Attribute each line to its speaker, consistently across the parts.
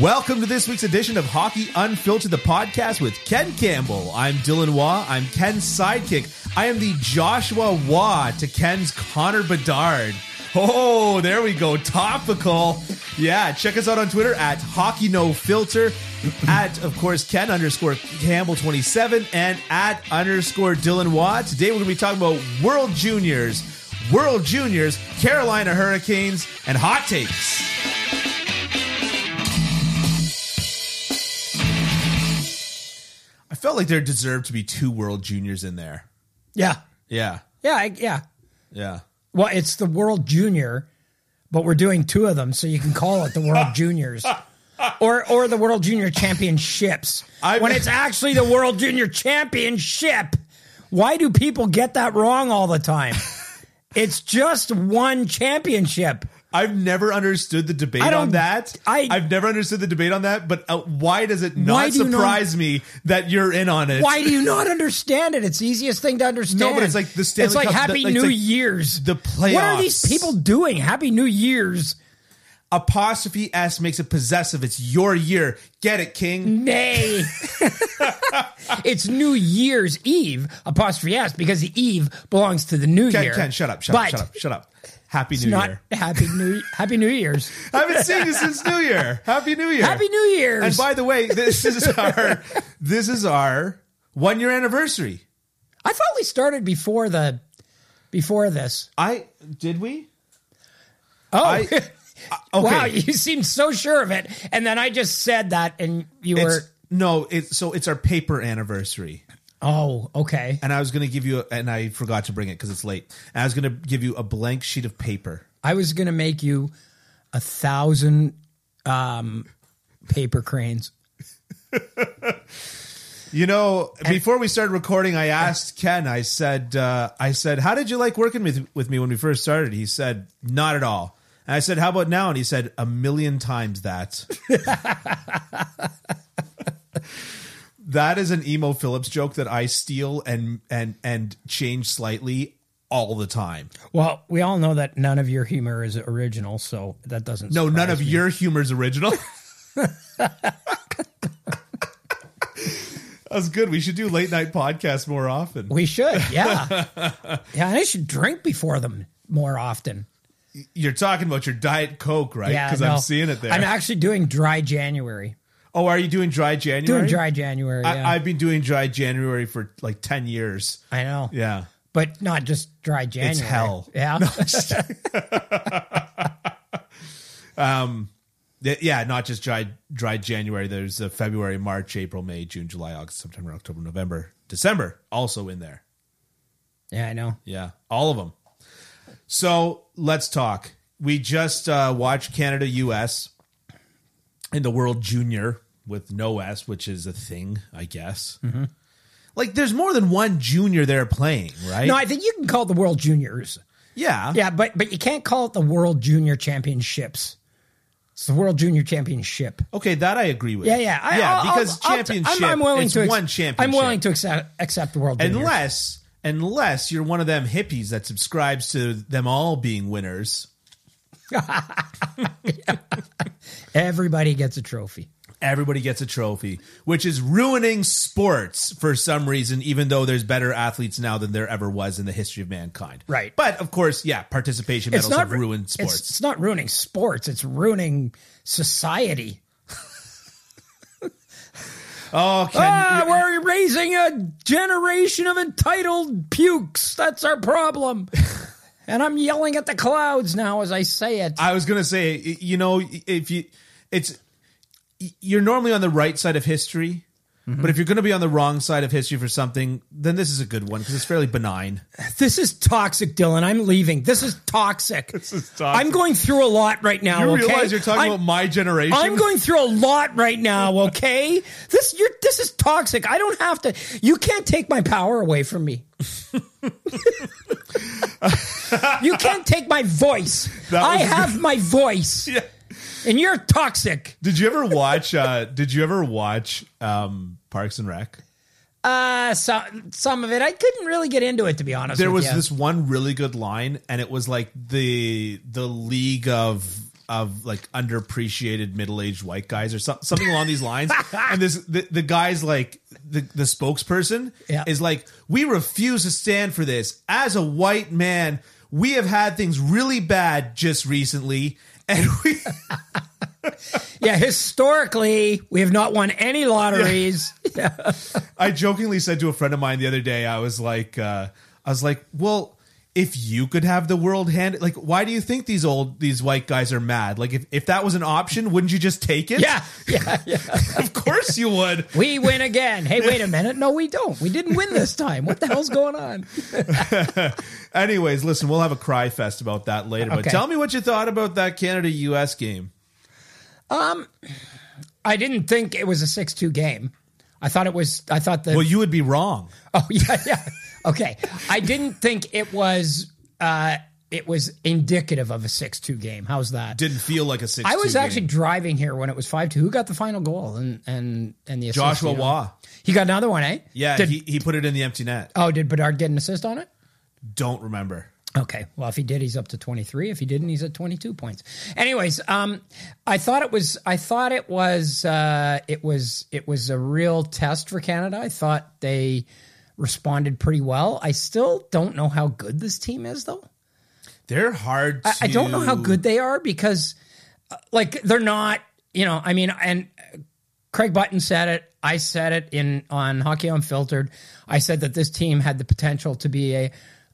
Speaker 1: Welcome to this week's edition of Hockey Unfiltered, the podcast with Ken Campbell. I'm Dylan Waugh. I'm Ken's sidekick. I am the Joshua Waugh to Ken's Connor Bedard. Oh, there we go. Topical. Yeah, check us out on Twitter at Hockey No Filter, at, of course, Ken underscore Campbell27, and at underscore Dylan Waugh. Today we're going to be talking about World Juniors, World Juniors, Carolina Hurricanes, and hot takes. I felt like there deserved to be two World Juniors in there.
Speaker 2: Yeah.
Speaker 1: Yeah,
Speaker 2: Yeah. I, yeah.
Speaker 1: yeah.
Speaker 2: Well, it's the World Junior, but we're doing two of them, so you can call it the World Juniors. Or, or the World Junior Championships.
Speaker 1: I-
Speaker 2: when it's actually the World Junior Championship. Why do people get that wrong all the time? It's just one championship.
Speaker 1: I've never understood the debate
Speaker 2: I don't-
Speaker 1: on that.
Speaker 2: I-
Speaker 1: have never understood the debate on that. But uh, why does it
Speaker 2: Why
Speaker 1: not
Speaker 2: do you not-
Speaker 1: surprise me that you're in on it?
Speaker 2: Why do you not understand it? It's the easiest thing to understand.
Speaker 1: No, but it's like the Stanley
Speaker 2: It's like
Speaker 1: Cup-
Speaker 2: Happy
Speaker 1: like, it's
Speaker 2: New
Speaker 1: like
Speaker 2: Year's.
Speaker 1: the
Speaker 2: What are these
Speaker 1: playoffs.
Speaker 2: people doing? Happy New Year's.
Speaker 1: Apostrophe S makes it possessive. It's your year. Get it,
Speaker 2: Mm-hmm.
Speaker 1: King.
Speaker 2: Nay. it's New Year's Eve, apostrophe S, because the Eve belongs to the New
Speaker 1: Ken,
Speaker 2: Year.
Speaker 1: Ken, shut up, shut
Speaker 2: But
Speaker 1: up, shut up, shut up. Happy New
Speaker 2: Not
Speaker 1: Year.
Speaker 2: Happy New Happy New Year's.
Speaker 1: I haven't seen you since New Year. Happy New Year.
Speaker 2: Happy New Year's.
Speaker 1: And by the way, this is our this is our one year anniversary.
Speaker 2: I thought we started before the before this.
Speaker 1: I did we?
Speaker 2: Oh.
Speaker 1: I- Okay.
Speaker 2: Wow, you seem so sure of it. And then I just said that and you were
Speaker 1: It's- no, it's so it's our paper anniversary.
Speaker 2: Oh, okay.
Speaker 1: and I was going to give you, a, and I forgot to bring it because it's late. And I was going to give you a blank sheet of paper.
Speaker 2: I was gonna make you a thousand um paper cranes.
Speaker 1: You know, before we started recording, I asked Ken. I said, uh, I said, how did you like working with with me when we first started? He said, not at all. And I said, how about now? And he said, a million times that. that is an emo Phillips joke that I steal and and and change slightly all the time.
Speaker 2: Well, we all know that none of your humor is original, so that doesn't.
Speaker 1: No, none
Speaker 2: surprise
Speaker 1: of
Speaker 2: me.
Speaker 1: your humor's original. That's good. We should do late night podcasts more often.
Speaker 2: We should, yeah, yeah. And I should drink before them more often.
Speaker 1: You're talking about your diet coke, right?
Speaker 2: Yeah,
Speaker 1: Because
Speaker 2: no.
Speaker 1: I'm seeing it there.
Speaker 2: I'm actually doing dry January.
Speaker 1: oh, are you doing dry January?
Speaker 2: Doing dry January.
Speaker 1: I,
Speaker 2: yeah.
Speaker 1: I've been doing dry January for like ten years.
Speaker 2: I, know.
Speaker 1: Yeah.
Speaker 2: but not just dry January.
Speaker 1: hell.
Speaker 2: Yeah,
Speaker 1: Th- Yeah, not just dry dry January. There's uh, February, March, April, May, June, July, August, September, October, November, December, also in there.
Speaker 2: yeah, I know.
Speaker 1: Yeah, all of them. So let's talk. We just uh, watched Canada US in the World Junior with no S, which is a thing, I guess.
Speaker 2: Mm-hmm.
Speaker 1: Like, there's more than one junior there playing, right?
Speaker 2: No, I think you can call it the World Juniors.
Speaker 1: yeah.
Speaker 2: Yeah, but but you can't call it the World Junior Championships. It's the World Junior Championship.
Speaker 1: Okay, that I agree with.
Speaker 2: Yeah, yeah, I,
Speaker 1: yeah,
Speaker 2: I'll-
Speaker 1: because
Speaker 2: I'll- I'll-
Speaker 1: championship.
Speaker 2: I'm, I'm willing
Speaker 1: it's
Speaker 2: to ex-
Speaker 1: one championship.
Speaker 2: I'm willing to accept accept the World Juniors.
Speaker 1: unless unless you're one of them hippies that subscribes to them all being winners.
Speaker 2: Everybody gets a trophy.
Speaker 1: everybody gets a trophy, which is ruining sports for some reason, even though there's better athletes now than there ever was in the history of mankind.
Speaker 2: Right.
Speaker 1: But of course, yeah, participation medals have
Speaker 2: ru-
Speaker 1: ruined
Speaker 2: it's-
Speaker 1: sports.
Speaker 2: It's, not ruining sports. It's ruining society.
Speaker 1: oh, Ken,
Speaker 2: Ah, we're raising a generation of entitled pukes. That's our problem. and I'm yelling at the clouds now as I say it.
Speaker 1: I was going to say, y- you know, if you, it's, y- you're normally on the right side of history.
Speaker 2: Mm-hmm.
Speaker 1: But if you're going to be on the wrong side of history for something, then this is a good one because it's fairly benign.
Speaker 2: this is toxic, Dylan. I'm leaving. This is toxic. this
Speaker 1: is toxic.
Speaker 2: I'm going through a lot right now.
Speaker 1: You
Speaker 2: okay?
Speaker 1: realize you're talking
Speaker 2: I'm-
Speaker 1: about my generation.
Speaker 2: I'm going through a lot right now, okay? This you're this is toxic. I don't have to you can't take my power away from me. you can't take my voice.
Speaker 1: That
Speaker 2: I
Speaker 1: was-
Speaker 2: have my voice.
Speaker 1: Yeah.
Speaker 2: And you're toxic.
Speaker 1: Did you ever watch? Uh, did you ever watch um, Parks and Rec?
Speaker 2: Uh so, some of it I couldn't really get into it to be honest
Speaker 1: there
Speaker 2: with
Speaker 1: was
Speaker 2: you.
Speaker 1: this one really good line and it was like the the league of of like underappreciated middle-aged white guys or some, something along these lines and this the, the guy's like the, the spokesperson
Speaker 2: Yeah.
Speaker 1: is like we refuse to stand for this as a white man we have had things really bad just recently and we
Speaker 2: Yeah, historically, we have not won any lotteries.
Speaker 1: I jokingly said to a friend of mine the other day, I was like, uh, I was like, well, if you could have the world hand, like, why do you think these old these white guys are mad? Like, if if that was an option, wouldn't you just take it?
Speaker 2: Yeah, yeah, yeah.
Speaker 1: of course you would.
Speaker 2: We win again. Hey, wait a minute. No, we don't. We didn't win this time. What the hell's going on?
Speaker 1: Anyways, listen, we'll have a cry fest about that later. But
Speaker 2: Okay.
Speaker 1: tell me what you thought about that Canada U.S. game.
Speaker 2: I didn't think it was a six-two game. I thought it was. I thought the
Speaker 1: Well, you would be wrong.
Speaker 2: Oh yeah, yeah. Okay. I didn't think it was uh it was indicative of a 6-2 game. How's that?
Speaker 1: Didn't feel like a six.
Speaker 2: I was actually driving here when it was 5-2. Who got the final goal and and and the assist,
Speaker 1: Joshua
Speaker 2: you know?
Speaker 1: Waugh.
Speaker 2: He got another one, eh?
Speaker 1: Yeah,
Speaker 2: Did,
Speaker 1: he, he put it in the empty net.
Speaker 2: oh, did Bedard get an assist on it?
Speaker 1: Don't remember.
Speaker 2: Okay. Well, if he did, he's up to 23. If he didn't, he's at 22 points. Anyways, um I thought it was I thought it was uh it was it was a real test for Canada. I thought they responded pretty well. I still don't know how good this team is though.
Speaker 1: They're hard. To,
Speaker 2: I don't know how good they are because, uh, like, they're not. You know, I mean, and uh, Craig Button said it. I said it in on Hockey Unfiltered. I said that this team had the potential to be a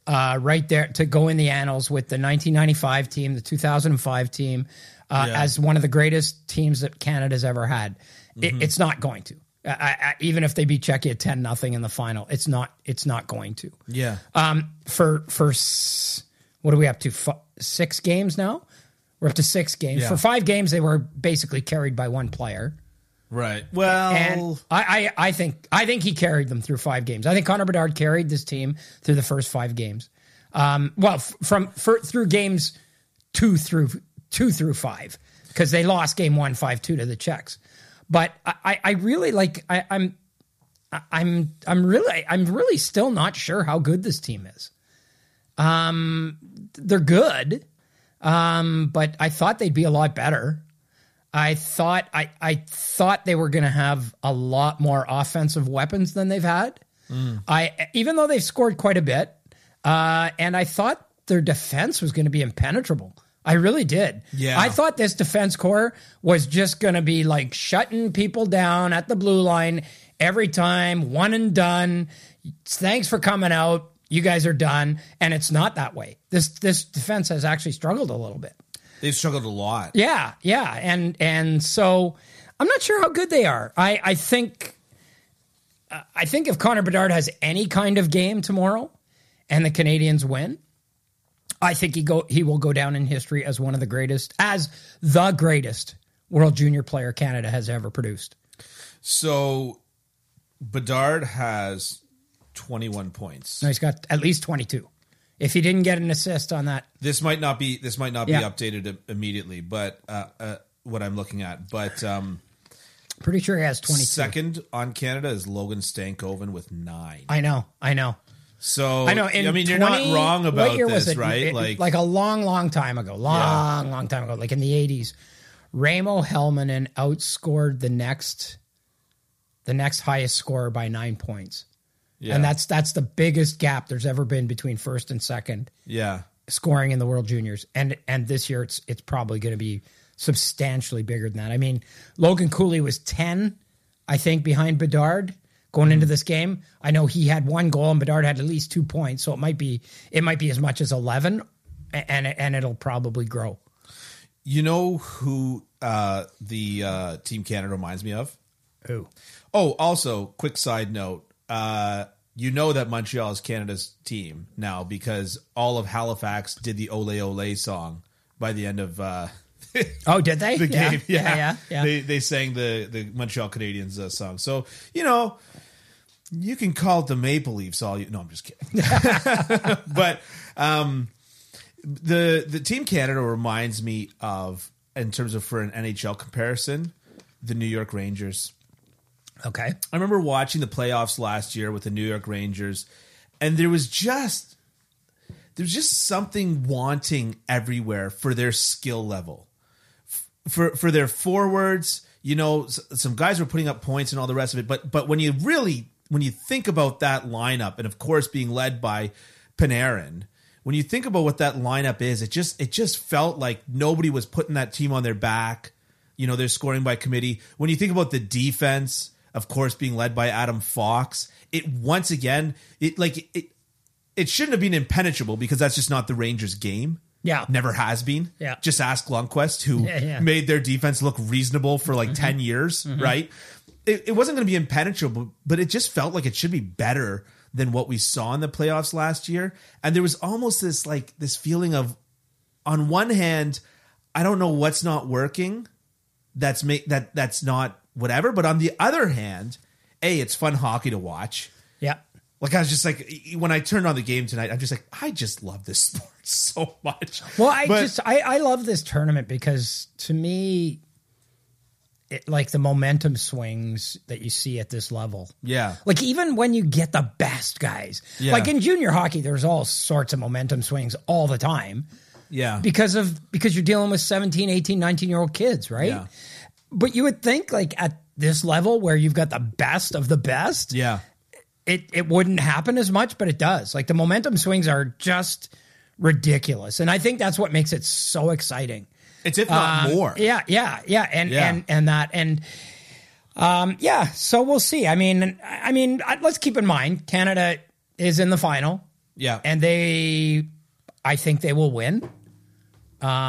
Speaker 2: uh, right there to go in the annals with the 1995 team, the 2005 team, uh,
Speaker 1: Yeah.
Speaker 2: as one of the greatest teams that Canada's ever had. It, it's not going to. I, I, even if they beat Czechia 10 nothing in the final, it's not. It's not going to
Speaker 1: Yeah.
Speaker 2: um, for for s- what are we up to? F- six games now. We're up to six games.
Speaker 1: Yeah.
Speaker 2: For five games, they were basically carried by one player,
Speaker 1: Right. Well.
Speaker 2: and I, I I think I think he carried them through five games. I think Connor Bedard carried this team through the first five games. Um, well, f- from for, through games two through two through five because they lost game one five two to the Czechs. But I, I- I really like I, I'm I- I'm I'm really I'm really still not sure how good this team is. Um, they're good, um, but I thought they'd be a lot better. I thought I I thought they were going to have a lot more offensive weapons than they've had. I even though they've scored quite a bit, uh, and I thought their defense was going to be impenetrable. I really did.
Speaker 1: Yeah.
Speaker 2: I thought this defense corps was just going to be like shutting people down at the blue line every time, one and done. Thanks for coming out. You guys are done, and it's not that way. This this defense has actually struggled a little bit.
Speaker 1: They've struggled a lot.
Speaker 2: Yeah, yeah, and and so I'm not sure how good they are. I I think uh, I think if Connor Bedard has any kind of game tomorrow, and the Canadians win, I think he go he will go down in history as one of the greatest, as the greatest World Junior player Canada has ever produced.
Speaker 1: So Bedard has 21 points.
Speaker 2: No, he's got at least 22. If he didn't get an assist on that,
Speaker 1: This might not be this might not be
Speaker 2: Yeah.
Speaker 1: updated im- immediately, but uh, uh, what I'm looking at, but um,
Speaker 2: pretty sure he has 22.
Speaker 1: second on Canada is Logan Stankoven with nine.
Speaker 2: I know, I know.
Speaker 1: So
Speaker 2: I know. In
Speaker 1: I mean, you're
Speaker 2: 20
Speaker 1: not wrong about
Speaker 2: what year
Speaker 1: this,
Speaker 2: was it?
Speaker 1: right?
Speaker 2: It-
Speaker 1: like,
Speaker 2: a long, long time ago, long, long time ago, like in the eighties, Ramo Hellmanen outscored the next, the next highest scorer by nine points,
Speaker 1: yeah,
Speaker 2: and that's that's the biggest gap there's ever been between first and second
Speaker 1: yeah,
Speaker 2: scoring in the World Juniors, and and this year it's it's probably going to be substantially bigger than that. I mean, Logan Cooley was ten, I think, behind Bedard going
Speaker 1: Mm-hmm.
Speaker 2: into this game. I know he had one goal and Bedard had at least two points, so it might be it might be as much as eleven, a- and and it'll probably grow.
Speaker 1: You know who uh, the uh, Team Canada reminds me of?
Speaker 2: Who?
Speaker 1: Oh, also, quick side note. Uh, you know that Montreal is Canada's team now because all of Halifax did the Ole Ole song by the end of uh,
Speaker 2: Oh, did they?
Speaker 1: the
Speaker 2: yeah.
Speaker 1: game.
Speaker 2: yeah, yeah, yeah.
Speaker 1: They, they sang the, the Montreal Canadiens uh, song. So, you know, you can call it the Maple Leafs all you. No, I'm just kidding. but um, the, the Team Canada reminds me of, in terms of for an NHL comparison, the New York Rangers.
Speaker 2: okay.
Speaker 1: I remember watching the playoffs last year with the New York Rangers, and there was just there's just something wanting everywhere for their skill level. for for their forwards. You know, s- some guys were putting up points and all the rest of it. But but when you really when you think about that lineup, and of course being led by Panarin, when you think about what that lineup is, it just it just felt like nobody was putting that team on their back. You know, they're scoring by committee. When you think about the defense, of course being led by Adam Fox, it once again it like it it shouldn't have been impenetrable because that's just not the Rangers game.
Speaker 2: Yeah.
Speaker 1: Never has been.
Speaker 2: Yeah.
Speaker 1: Just ask Lundqvist, who
Speaker 2: Yeah, yeah. Mm-hmm.
Speaker 1: made their defense look reasonable for like 10 years, right? It, it wasn't going to be impenetrable, but it just felt like it should be better than what we saw in the playoffs last year. And there was almost this like this feeling of, on one hand, I don't know what's not working. That's ma- that that's not whatever. But on the other hand, a it's fun hockey to watch.
Speaker 2: Yeah.
Speaker 1: Like I was just like when I turned on the game tonight, I'm just like I just love this sport so much.
Speaker 2: Well, I
Speaker 1: But-
Speaker 2: just I, I love this tournament because to me, it, like the momentum swings that you see at this level.
Speaker 1: yeah,
Speaker 2: Like even when you get the best guys,
Speaker 1: Yeah.
Speaker 2: like in junior hockey, there's all sorts of momentum swings all the time
Speaker 1: yeah,
Speaker 2: because of because you're dealing with 17, 18, 19 year old kids, right?
Speaker 1: Yeah.
Speaker 2: But you would think like at this level where you've got the best of the best,
Speaker 1: yeah,
Speaker 2: it it wouldn't happen as much, but it does. Like the momentum swings are just ridiculous, and I think that's what makes it so exciting.
Speaker 1: it's if not
Speaker 2: Um,
Speaker 1: more.
Speaker 2: Yeah, yeah, yeah, and
Speaker 1: Yeah.
Speaker 2: and and that and. Um, yeah, so we'll see. I mean, I mean, I- let's keep in mind Canada is in the final,
Speaker 1: yeah,
Speaker 2: and they, I think they will win. Um,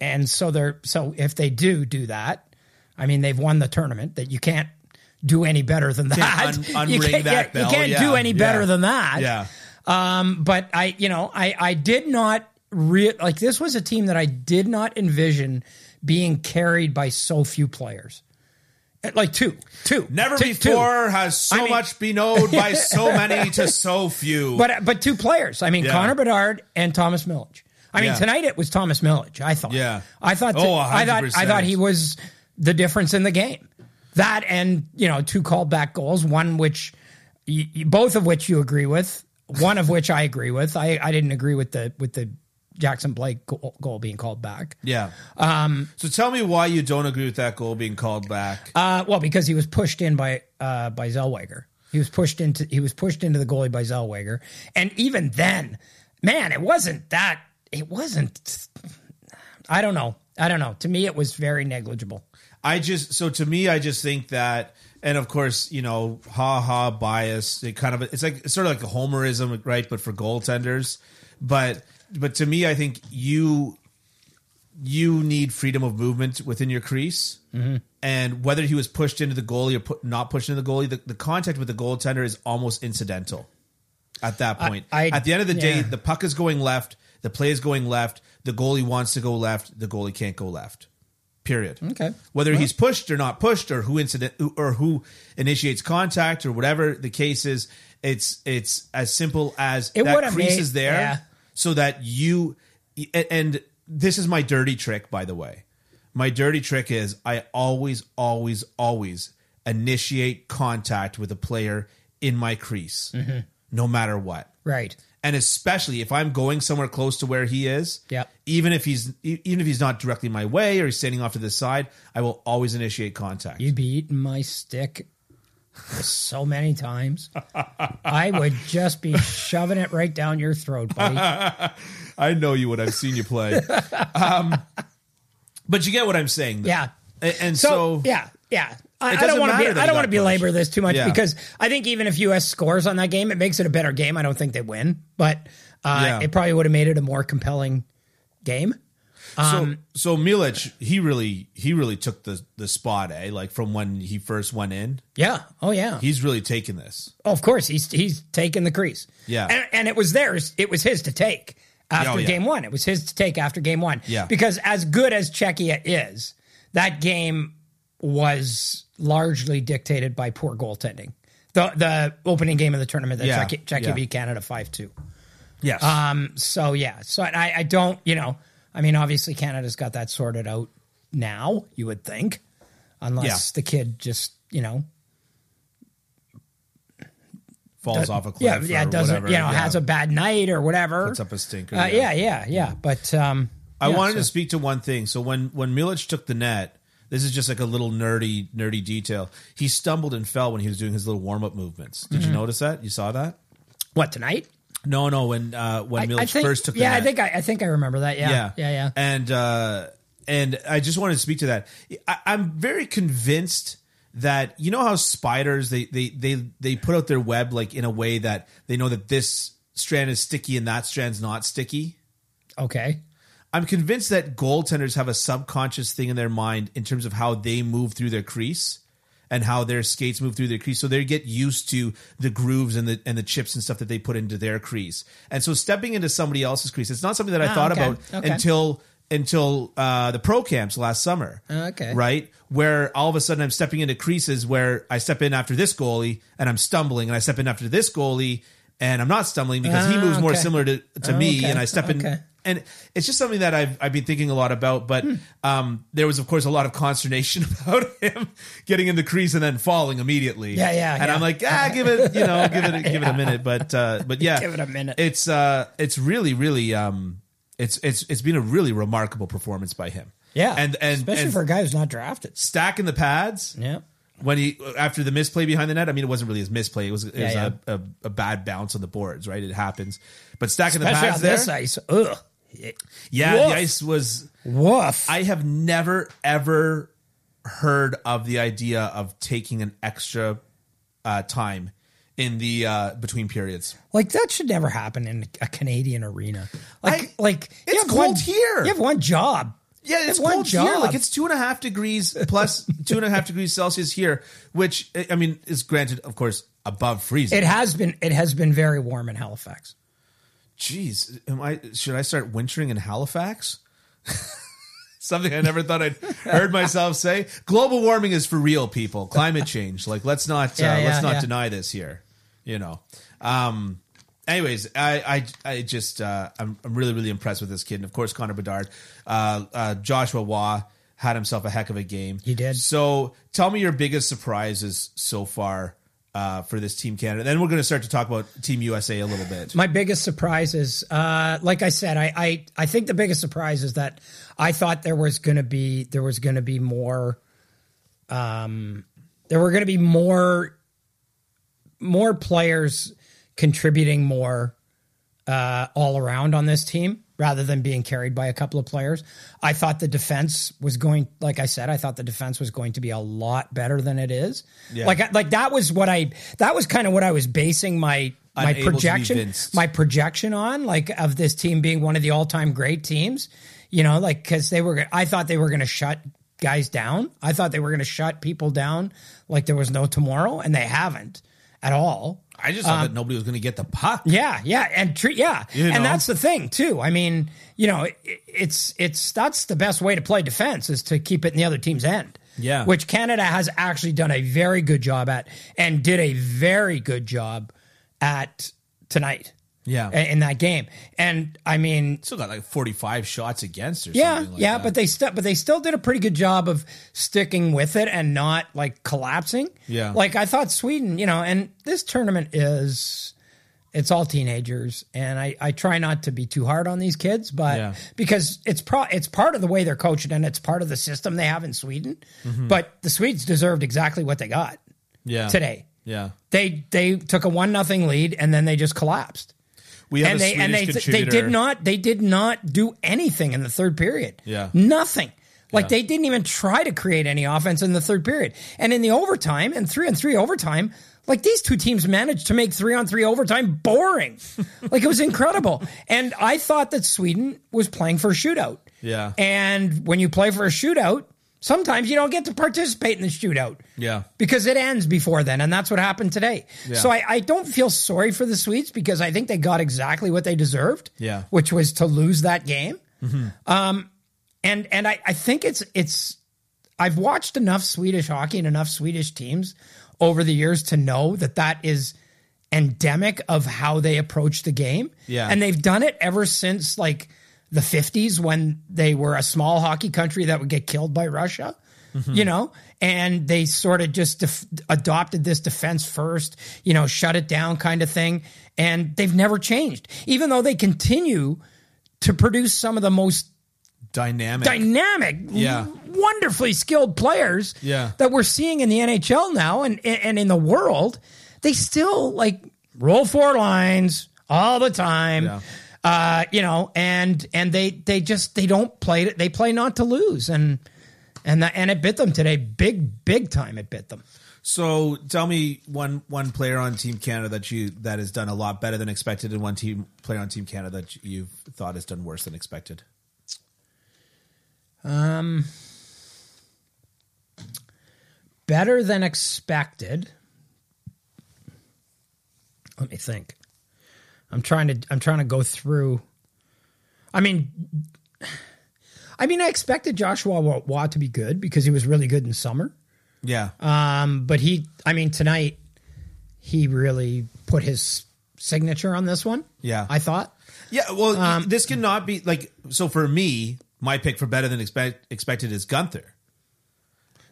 Speaker 2: and so they're so if they do do that, I mean, they've won the tournament. That you can't do any better than that.
Speaker 1: Can't un-
Speaker 2: you
Speaker 1: unring
Speaker 2: can't,
Speaker 1: that
Speaker 2: yeah,
Speaker 1: bell.
Speaker 2: You can't
Speaker 1: Yeah,
Speaker 2: do any better
Speaker 1: yeah.
Speaker 2: than that.
Speaker 1: yeah,
Speaker 2: Um, but I, you know, I, I did not re- like this was a team that I did not envision being carried by so few players. Uh, Like two, two,
Speaker 1: Never
Speaker 2: two- two.
Speaker 1: before has so
Speaker 2: I mean-
Speaker 1: much been owed by so many to so few.
Speaker 2: but uh, but two players. I mean,
Speaker 1: Yeah.
Speaker 2: Connor Bedard and Thomas Millage. I mean,
Speaker 1: Yeah.
Speaker 2: tonight it was Thomas Millage. I thought.
Speaker 1: Yeah.
Speaker 2: I thought.
Speaker 1: Oh,
Speaker 2: I thought. I
Speaker 1: 100%.
Speaker 2: thought he was the difference in the game. That and you know two called back goals, one which you, you- both of which you agree with, one of which I agree with. I, I didn't agree with the with the Jackson Blake goal, goal being called back.
Speaker 1: yeah. Um, so tell me why you don't agree with that goal being called back.
Speaker 2: Uh, well, because he was pushed in by uh, by Zellweger. He was pushed into he was pushed into the goalie by Zellweger, and even then, man, it wasn't that. It wasn't. I don't know. I don't know. To me, it was very negligible.
Speaker 1: I just so to me, I just think that, and of course, you know, ha ha bias. It kind of it's like it's sort of like a homerism, right? But for goaltenders, but but to me, I think you you need freedom of movement within your crease.
Speaker 2: Mm-hmm.
Speaker 1: And whether he was pushed into the goalie or put, not pushed into the goalie, the, the contact with the goaltender is almost incidental at that point.
Speaker 2: I-
Speaker 1: at the end of the day,
Speaker 2: yeah.
Speaker 1: the puck is going left, the play is going left, the goalie wants to go left, the goalie can't go left. Period.
Speaker 2: Okay.
Speaker 1: Whether he's pushed or not pushed, or who incident or who initiates contact or whatever the case is, it's it's as simple as
Speaker 2: It
Speaker 1: that
Speaker 2: would've
Speaker 1: crease
Speaker 2: made-
Speaker 1: is there
Speaker 2: yeah.
Speaker 1: so that you and, and this is my dirty trick by the way my dirty trick is i always always always initiate contact with a player in my crease
Speaker 2: Mm-hmm.
Speaker 1: no matter what
Speaker 2: Right.
Speaker 1: and especially if i'm going somewhere close to where he is
Speaker 2: Yep.
Speaker 1: even if he's e- even if he's not directly my way or he's standing off to the side i will always initiate contact
Speaker 2: You'd be eating my stick so many times. I would just be shoving it right down your throat, buddy.
Speaker 1: i know you would i've seen you play um, but you get what i'm saying though.
Speaker 2: Yeah.
Speaker 1: A- and
Speaker 2: So,
Speaker 1: so,
Speaker 2: yeah, yeah. I, I
Speaker 1: doesn't
Speaker 2: don't want to
Speaker 1: matter
Speaker 2: be.
Speaker 1: that
Speaker 2: I
Speaker 1: he
Speaker 2: don't want
Speaker 1: got
Speaker 2: to belabor
Speaker 1: punched.
Speaker 2: this too much
Speaker 1: Yeah.
Speaker 2: because I think even if U.S. scores on that game, it makes it a better game. I don't think they win, but uh,
Speaker 1: Yeah.
Speaker 2: it probably would have made it a more compelling game. Um,
Speaker 1: so so Milic, he really he really took the the spot, eh? Like from when he first went in,
Speaker 2: Yeah. Oh yeah.
Speaker 1: he's really taken this.
Speaker 2: oh, of course. He's he's taking the crease.
Speaker 1: Yeah.
Speaker 2: And, and it was theirs. It was his to take after
Speaker 1: Oh, yeah.
Speaker 2: game one. It was his to take after game one.
Speaker 1: Yeah.
Speaker 2: Because as good as Czechia is, that game was largely dictated by poor goaltending. The the opening game of the tournament that
Speaker 1: Yeah.
Speaker 2: Czechia, Czechia
Speaker 1: Yeah.
Speaker 2: beat Canada five two.
Speaker 1: Yes.
Speaker 2: Um, so yeah, so I, I don't, you know, I mean, obviously Canada's got that sorted out now. You would think, unless
Speaker 1: Yeah.
Speaker 2: the kid just, you know,
Speaker 1: Falls off a cliff.
Speaker 2: Uh, yeah, yeah,
Speaker 1: or
Speaker 2: doesn't,
Speaker 1: whatever.
Speaker 2: you know,
Speaker 1: yeah.
Speaker 2: has a bad night or whatever.
Speaker 1: puts up a stinker.
Speaker 2: Uh, yeah, yeah, yeah. But um,
Speaker 1: I
Speaker 2: Yeah,
Speaker 1: wanted
Speaker 2: so-
Speaker 1: to speak to one thing. So when when Milic took the net, this is just like a little nerdy nerdy detail. He stumbled and fell when he was doing his little warm up movements. Did you notice that? You saw that?
Speaker 2: What tonight?
Speaker 1: Mm-hmm. No, no. When uh, when Milic
Speaker 2: think,
Speaker 1: first took the
Speaker 2: yeah,
Speaker 1: net.
Speaker 2: I think I, I think I remember that. Yeah, yeah, yeah.
Speaker 1: And uh, and I just wanted to speak to that. I, I'm very convinced that you know how spiders they they they they put out their web like in a way that they know that this strand is sticky and that strand's not sticky.
Speaker 2: Okay,
Speaker 1: I'm convinced that goaltenders have a subconscious thing in their mind in terms of how they move through their crease and how their skates move through their crease. So they get used to the grooves and the and the chips and stuff that they put into their crease. And so stepping into somebody else's crease, it's not something that I
Speaker 2: Ah,
Speaker 1: thought
Speaker 2: okay,
Speaker 1: about
Speaker 2: okay.
Speaker 1: until until uh, the pro camps last summer.
Speaker 2: Ah, Okay.
Speaker 1: Right? Where all of a sudden I'm stepping into creases where I step in after this goalie and I'm stumbling and I step in after this goalie and I'm not stumbling because he
Speaker 2: Ah,
Speaker 1: moves more
Speaker 2: okay. Oh,
Speaker 1: similar to, to me
Speaker 2: Okay,
Speaker 1: and I step in
Speaker 2: okay.
Speaker 1: and it's just something that I've I've been thinking a lot about. But
Speaker 2: Hmm.
Speaker 1: um, there was, of course, a lot of consternation about him getting in the crease and then falling immediately.
Speaker 2: Yeah, yeah,
Speaker 1: And
Speaker 2: yeah.
Speaker 1: I'm like, ah, give it, you know, give it, give it a minute. But uh, but yeah,
Speaker 2: Give it a minute.
Speaker 1: It's uh, it's really, really, um, it's it's it's been a really remarkable performance by him.
Speaker 2: yeah,
Speaker 1: and and
Speaker 2: especially
Speaker 1: and
Speaker 2: for a guy who's not drafted.
Speaker 1: stacking the pads
Speaker 2: Yeah,
Speaker 1: when he after the misplay behind the net. I mean, it wasn't really his misplay. It was, it was
Speaker 2: yeah.
Speaker 1: A, a, a bad bounce on the boards. Right, it happens. But stacking
Speaker 2: especially
Speaker 1: the
Speaker 2: on
Speaker 1: pads there,
Speaker 2: this ice. Ugh.
Speaker 1: yeah,
Speaker 2: Woof.
Speaker 1: the ice was.
Speaker 2: Woof.
Speaker 1: I have never ever heard of the idea of taking an extra uh, time in the uh, between periods.
Speaker 2: Like that should never happen in a Canadian arena. Like, like you
Speaker 1: it's
Speaker 2: have
Speaker 1: cold
Speaker 2: one-
Speaker 1: here.
Speaker 2: You have one job.
Speaker 1: Yeah, it's
Speaker 2: You have one
Speaker 1: cold here. Like it's two and a half degrees plus two and a half degrees Celsius here, which I I mean is granted, of course, above freezing.
Speaker 2: it has been. It has been very warm in Halifax.
Speaker 1: Jeez, am I? Should I start wintering in Halifax? Something I never thought I'd heard myself say. Global warming is for real, people. Climate change. Like let's not
Speaker 2: Yeah,
Speaker 1: uh,
Speaker 2: yeah,
Speaker 1: let's not
Speaker 2: yeah.
Speaker 1: deny this here. You know. Um. Anyways, I I, I just uh, I'm I'm really really impressed with this kid, and of course Connor Bedard, uh, uh, Joshua Waugh had himself a heck of a game.
Speaker 2: He did.
Speaker 1: So tell me your biggest surprises so far. Uh, for this team Canada, then we're going to start to talk about Team USA a little bit.
Speaker 2: My biggest surprise is, uh, like I said, I, I I think the biggest surprise is that I thought there was gonna be there was gonna be more, um, there were gonna be more, more players contributing more, uh, all around on this team rather than being carried by a couple of players. I thought the defense was going, like I said, I thought the defense was going to be a lot better than it is.
Speaker 1: Yeah.
Speaker 2: Like like that was what I that was kind of what I was basing my my
Speaker 1: Unable to be
Speaker 2: projection
Speaker 1: vinced.
Speaker 2: my projection on like of this team being one of the all-time great teams you know like because they were i thought they were going to shut guys down i thought they were going to shut people down like there was no tomorrow and they haven't at all
Speaker 1: I just thought that nobody was going to get the puck.
Speaker 2: Um, yeah, yeah, and treat yeah,
Speaker 1: You know?
Speaker 2: and that's the thing too. I mean, you know, it, it's it's that's the best way to play defense is to keep it in the other team's end.
Speaker 1: Yeah.
Speaker 2: which Canada has actually done a very good job at, and did a very good job at tonight.
Speaker 1: Yeah.
Speaker 2: in, in that game, and I mean,
Speaker 1: Still got like 45 shots against or
Speaker 2: yeah,
Speaker 1: something like
Speaker 2: yeah,
Speaker 1: that.
Speaker 2: but they still but they still did a pretty good job of sticking with it and not like collapsing.
Speaker 1: Yeah.
Speaker 2: like I thought Sweden, you know, and this tournament is it's all teenagers, and I I try not to be too hard on these kids, but
Speaker 1: Yeah.
Speaker 2: because it's pro it's part of the way they're coached and it's part of the system they have in Sweden. But the Swedes deserved exactly what they got
Speaker 1: Mm-hmm. yeah.
Speaker 2: today.
Speaker 1: Yeah.
Speaker 2: They they took a one nothing lead and then they just collapsed
Speaker 1: We have a
Speaker 2: and they
Speaker 1: Swedish
Speaker 2: and they they
Speaker 1: contributor.
Speaker 2: did not they did not do anything in the third period.
Speaker 1: Yeah.
Speaker 2: nothing. Like
Speaker 1: Yeah.
Speaker 2: they didn't even try to create any offense in the third period. And in the overtime and three on three overtime, like these two teams managed to make three on three overtime boring. like it was incredible. And I thought that Sweden was playing for a shootout.
Speaker 1: Yeah.
Speaker 2: And when you play for a shootout, sometimes you don't get to participate in the shootout
Speaker 1: Yeah.
Speaker 2: because it ends before then, and that's what happened today. So I, I don't feel sorry for the Swedes because I think they got exactly what they deserved,
Speaker 1: Yeah.
Speaker 2: which was to lose that game. Um, and and I, I think it's it's I've watched enough Swedish hockey and enough Swedish teams over the years to know that that is endemic of how they approach the game.
Speaker 1: Yeah.
Speaker 2: and they've done it ever since like the 50s when they were a small hockey country that would get killed by Russia you know, and they sort of just def- adopted this defense first, you know, shut it down kind of thing. And they've never changed, even though they continue to produce some of the most
Speaker 1: dynamic.
Speaker 2: dynamic,
Speaker 1: Yeah.
Speaker 2: wonderfully skilled players
Speaker 1: Yeah.
Speaker 2: that we're seeing in the NHL now and, and in the world, they still like roll four lines all the time.
Speaker 1: Yeah.
Speaker 2: Uh, you know, and and they they just they don't play it. They play not to lose, and and that and it bit them today, big big time. It bit them.
Speaker 1: so tell me one one player on Team Canada that you that has done a lot better than expected, and one team player on Team Canada that you've thought has done worse than expected.
Speaker 2: better than expected. Let me think. I'm trying to I'm trying to go through. I mean, I mean, I expected Joshua Wa Wa to be good because he was really good in summer.
Speaker 1: Yeah,
Speaker 2: Um, but he, I mean, tonight he really put his signature on this one.
Speaker 1: Yeah.
Speaker 2: I thought.
Speaker 1: yeah. Well,
Speaker 2: um,
Speaker 1: this cannot be like so. For me, my pick for better than expect, expected is Gunther.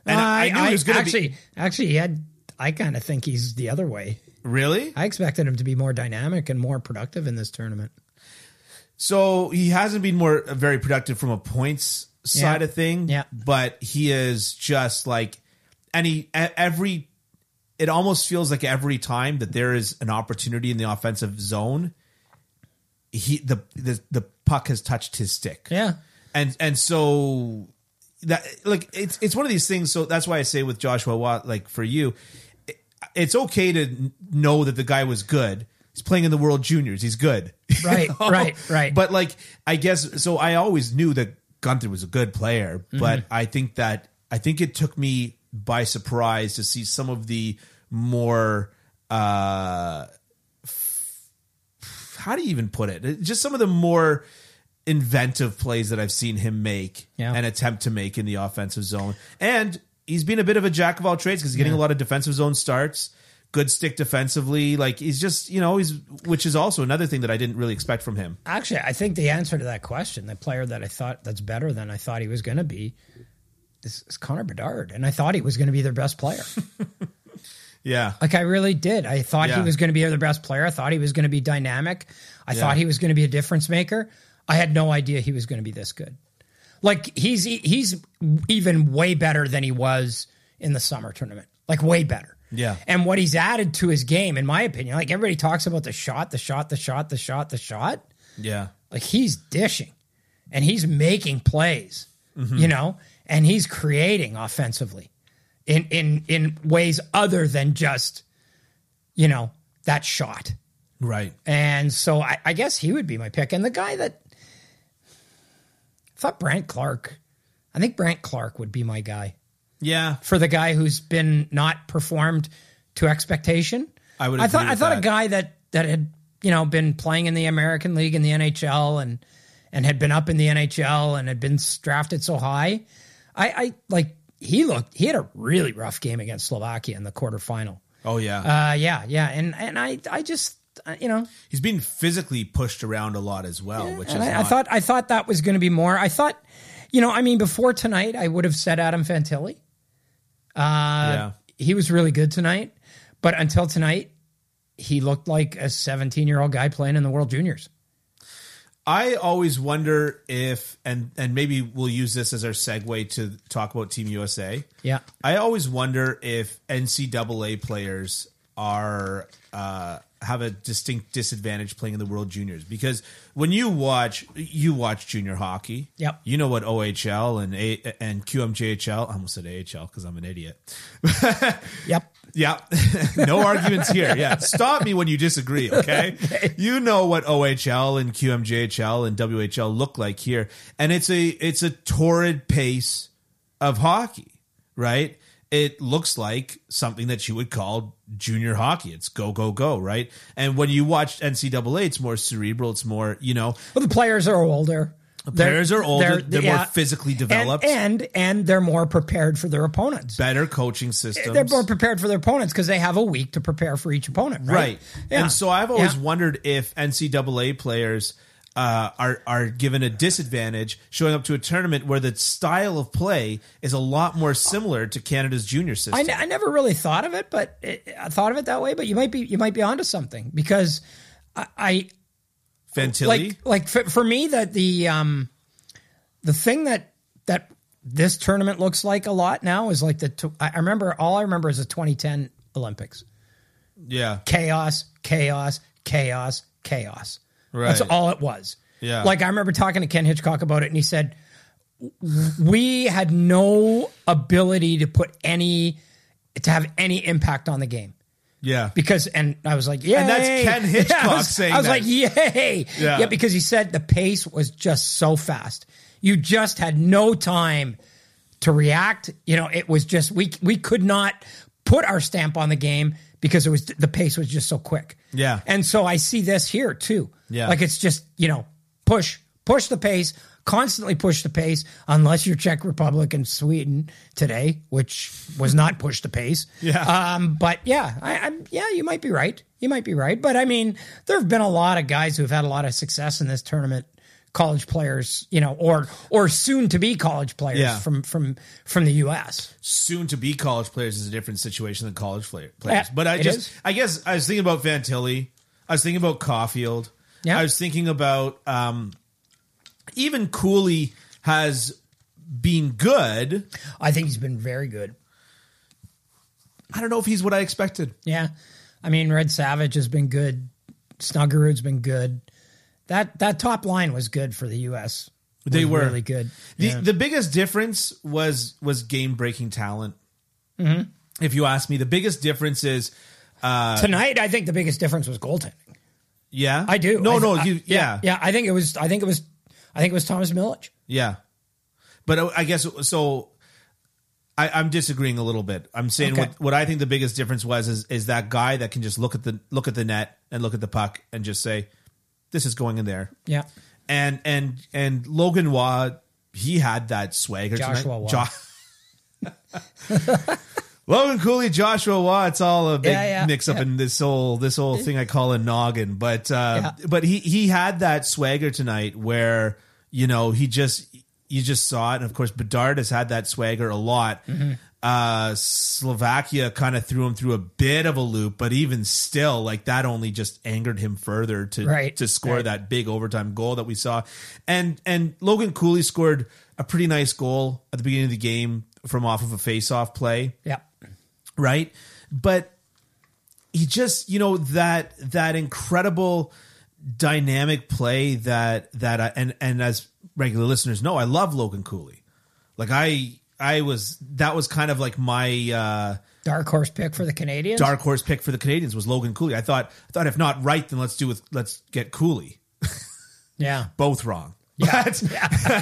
Speaker 1: And I, I knew he was going to
Speaker 2: Uh, actually
Speaker 1: be
Speaker 2: actually he had. I kind of think he's the other way.
Speaker 1: really.
Speaker 2: I expected him to be more dynamic and more productive in this tournament.
Speaker 1: So he hasn't been more uh, very productive from a points side
Speaker 2: Yeah.
Speaker 1: of thing.
Speaker 2: Yeah.
Speaker 1: But he is just like and he e- every it almost feels like every time that there is an opportunity in the offensive zone, he the the, the puck has touched his stick.
Speaker 2: Yeah.
Speaker 1: And and so that like it's it's one of these things. So that's why I say with Joshua Watt, like for you, it, it's okay to n- know that the guy was good. He's playing in the World Juniors. He's good, You
Speaker 2: Right,
Speaker 1: know?
Speaker 2: right, right.
Speaker 1: But like, I guess so. I always knew that Gunther was a good player,
Speaker 2: Mm-hmm.
Speaker 1: but I think that I think it took me by surprise to see some of the more. uh how do you even put it? Just some of the more inventive plays that I've seen him make
Speaker 2: Yeah.
Speaker 1: and attempt to make in the offensive zone. And he's been a bit of a jack of all trades because he's getting a lot of defensive zone starts, good stick defensively. Like he's just, you know, he's, which is also another thing that I didn't really expect from him.
Speaker 2: Actually, I think the answer to that question, the player that I thought that's better than I thought he was going to be, is, is Connor Bedard, and I thought he was going to be their best player.
Speaker 1: Yeah.
Speaker 2: like I really did. I thought
Speaker 1: Yeah.
Speaker 2: he was going to be their best player. I thought he was going to be dynamic. I
Speaker 1: Yeah.
Speaker 2: thought he was going to be a difference maker. I had no idea he was going to be this good. Like he's e, he's even way better than he was in the summer tournament. Like way better.
Speaker 1: Yeah.
Speaker 2: And what he's added to his game, in my opinion, like everybody talks about the shot, the shot, the shot, the shot, the shot.
Speaker 1: Yeah.
Speaker 2: Like he's dishing and he's making plays, you know, and he's creating offensively in in in ways other than just, you know, that shot.
Speaker 1: Right.
Speaker 2: And so I, I guess he would be my pick. And the guy that I thought Brant Clark, I think Brant Clark would be my guy
Speaker 1: Yeah.
Speaker 2: for the guy who's been not performed to expectation.
Speaker 1: I would
Speaker 2: I thought
Speaker 1: agree
Speaker 2: I
Speaker 1: with
Speaker 2: thought a
Speaker 1: that.
Speaker 2: guy that that had you know been playing in the American League and the NHL and and had been up in the NHL and had been drafted so high. I, I like he looked he had a really rough game against Slovakia in the quarterfinal.
Speaker 1: Oh, yeah.
Speaker 2: Uh, yeah, yeah, and and I I just uh, you know
Speaker 1: he's been physically pushed around a lot as well, which is
Speaker 2: and I, I
Speaker 1: not-
Speaker 2: thought I thought that was going to be more. I thought, you know, I mean, before tonight, I would have said Adam Fantilli.
Speaker 1: yeah.
Speaker 2: he was really good tonight, but until tonight, he looked like a 17 year old guy playing in the World Juniors.
Speaker 1: I always wonder if, and and maybe we'll use this as our segue to talk about Team USA.
Speaker 2: Yeah.
Speaker 1: I always wonder if NCAA players are uh, have a distinct disadvantage playing in the World Juniors because when you watch you watch junior hockey,
Speaker 2: Yep.
Speaker 1: you know what OHL and a- and QMJHL. I almost said AHL because I'm an idiot.
Speaker 2: Yep.
Speaker 1: Yeah. no arguments here. Yeah. Stop me when you disagree, okay? You know what OHL and QMJHL and WHL look like here. And it's a it's a torrid pace of hockey, right? It looks like something that you would call junior hockey. It's go, go, go, right? And when you watch NCAA, it's more cerebral. It's more, you know,
Speaker 2: Well, the players are older. The
Speaker 1: players are older, they're more physically developed.
Speaker 2: and, and and they're more prepared for their opponents.
Speaker 1: better coaching systems.
Speaker 2: They're more prepared for their opponents because they have a week to prepare for each opponent, right?
Speaker 1: right?
Speaker 2: Yeah.
Speaker 1: And so I've always
Speaker 2: Yeah.
Speaker 1: wondered if NCAA players uh, are are given a disadvantage showing up to a tournament where the style of play is a lot more similar to Canada's junior
Speaker 2: I,
Speaker 1: system.
Speaker 2: ne- I never really thought of it, but it, I thought of it that way. But you might be you might be onto something because I, I
Speaker 1: Fantilli,
Speaker 2: like like for, for me that the um the thing that that this tournament looks like a lot now is like the tw- I I remember all I remember is the 2010 Olympics
Speaker 1: Yeah.
Speaker 2: chaos, chaos, chaos, chaos. That's
Speaker 1: Right.
Speaker 2: all it was.
Speaker 1: Yeah.
Speaker 2: Like I remember talking to Ken Hitchcock about it, and he said we had no ability to put any to have any impact on the game
Speaker 1: Yeah.
Speaker 2: because and I was like, yeah,
Speaker 1: that's Ken Hitchcock
Speaker 2: I was,
Speaker 1: saying
Speaker 2: I was
Speaker 1: that.
Speaker 2: like, yay,
Speaker 1: Yeah.
Speaker 2: yeah. because he said the pace was just so fast. You just had no time to react. You know, it was just we we could not put our stamp on the game because it was the pace was just so quick.
Speaker 1: Yeah.
Speaker 2: and so I see this here too.
Speaker 1: Yeah.
Speaker 2: like it's just you know push push the pace. Constantly push the pace, unless you're Czech Republic and Sweden today, which was not push the pace.
Speaker 1: Yeah.
Speaker 2: Um, but yeah, I, I'm, yeah, you might be right. You might be right. But I mean, there have been a lot of guys who've had a lot of success in this tournament. College players, you know, or or soon to be college players
Speaker 1: Yeah.
Speaker 2: from from from the U.S.
Speaker 1: soon to be college players is a different situation than college fla- players.
Speaker 2: Yeah,
Speaker 1: but I
Speaker 2: it
Speaker 1: just,
Speaker 2: is.
Speaker 1: I guess, I was thinking about Vantilli. I was thinking about Caulfield.
Speaker 2: Yeah.
Speaker 1: I was thinking about um, even Cooley has been good.
Speaker 2: I think he's been very good.
Speaker 1: I don't know if he's what I expected.
Speaker 2: Yeah, I mean, Red Savage has been good. Snuggerud's been good. That that top line was good for the U.S.
Speaker 1: They
Speaker 2: Was
Speaker 1: were.
Speaker 2: really good.
Speaker 1: The
Speaker 2: Yeah.
Speaker 1: the biggest difference was was game breaking talent. Mm-hmm. If you ask me, the biggest difference is Uh,
Speaker 2: Tonight, I think the biggest difference was goaltending.
Speaker 1: yeah,
Speaker 2: I do.
Speaker 1: No,
Speaker 2: I-
Speaker 1: no,
Speaker 2: I-
Speaker 1: you, yeah,
Speaker 2: yeah. I think it was. I think it was. I think it was Thomas Milich.
Speaker 1: Yeah, but I- I guess so. I, I'm disagreeing a little bit. I'm saying
Speaker 2: Okay.
Speaker 1: what, what I think the biggest difference was is is that guy that can just look at the look at the net and look at the puck and just say, "This is going in there."
Speaker 2: Yeah.
Speaker 1: And and and Logan Waugh, he had that swagger. tonight.
Speaker 2: Joshua Waugh.
Speaker 1: Jo- Logan Cooley, Joshua Waugh. It's all a big
Speaker 2: Yeah, yeah,
Speaker 1: mix up
Speaker 2: yeah.
Speaker 1: in this whole this whole thing I call a noggin. But uh,
Speaker 2: Yeah.
Speaker 1: but he he had that swagger tonight where you know he just you just saw it. And of course, Bedard has had that swagger a lot.
Speaker 2: Mm-hmm.
Speaker 1: Uh, Slovakia kind of threw him through a bit of a loop, but even still, like that only just angered him further to
Speaker 2: Right,
Speaker 1: to score
Speaker 2: right.
Speaker 1: that big overtime goal that we saw. And and Logan Cooley scored a pretty nice goal at the beginning of the game from off of a face-off play
Speaker 2: Yeah.
Speaker 1: right? But he just, you know, that that incredible dynamic play that that I, and and as regular listeners know, I love Logan Cooley. Like I I was that was kind of like my uh
Speaker 2: Dark horse pick for the Canadians.
Speaker 1: dark horse pick for the Canadians was Logan Cooley. I thought I thought if not right, then let's do with let's get Cooley.
Speaker 2: Yeah.
Speaker 1: Both wrong.
Speaker 2: Yeah.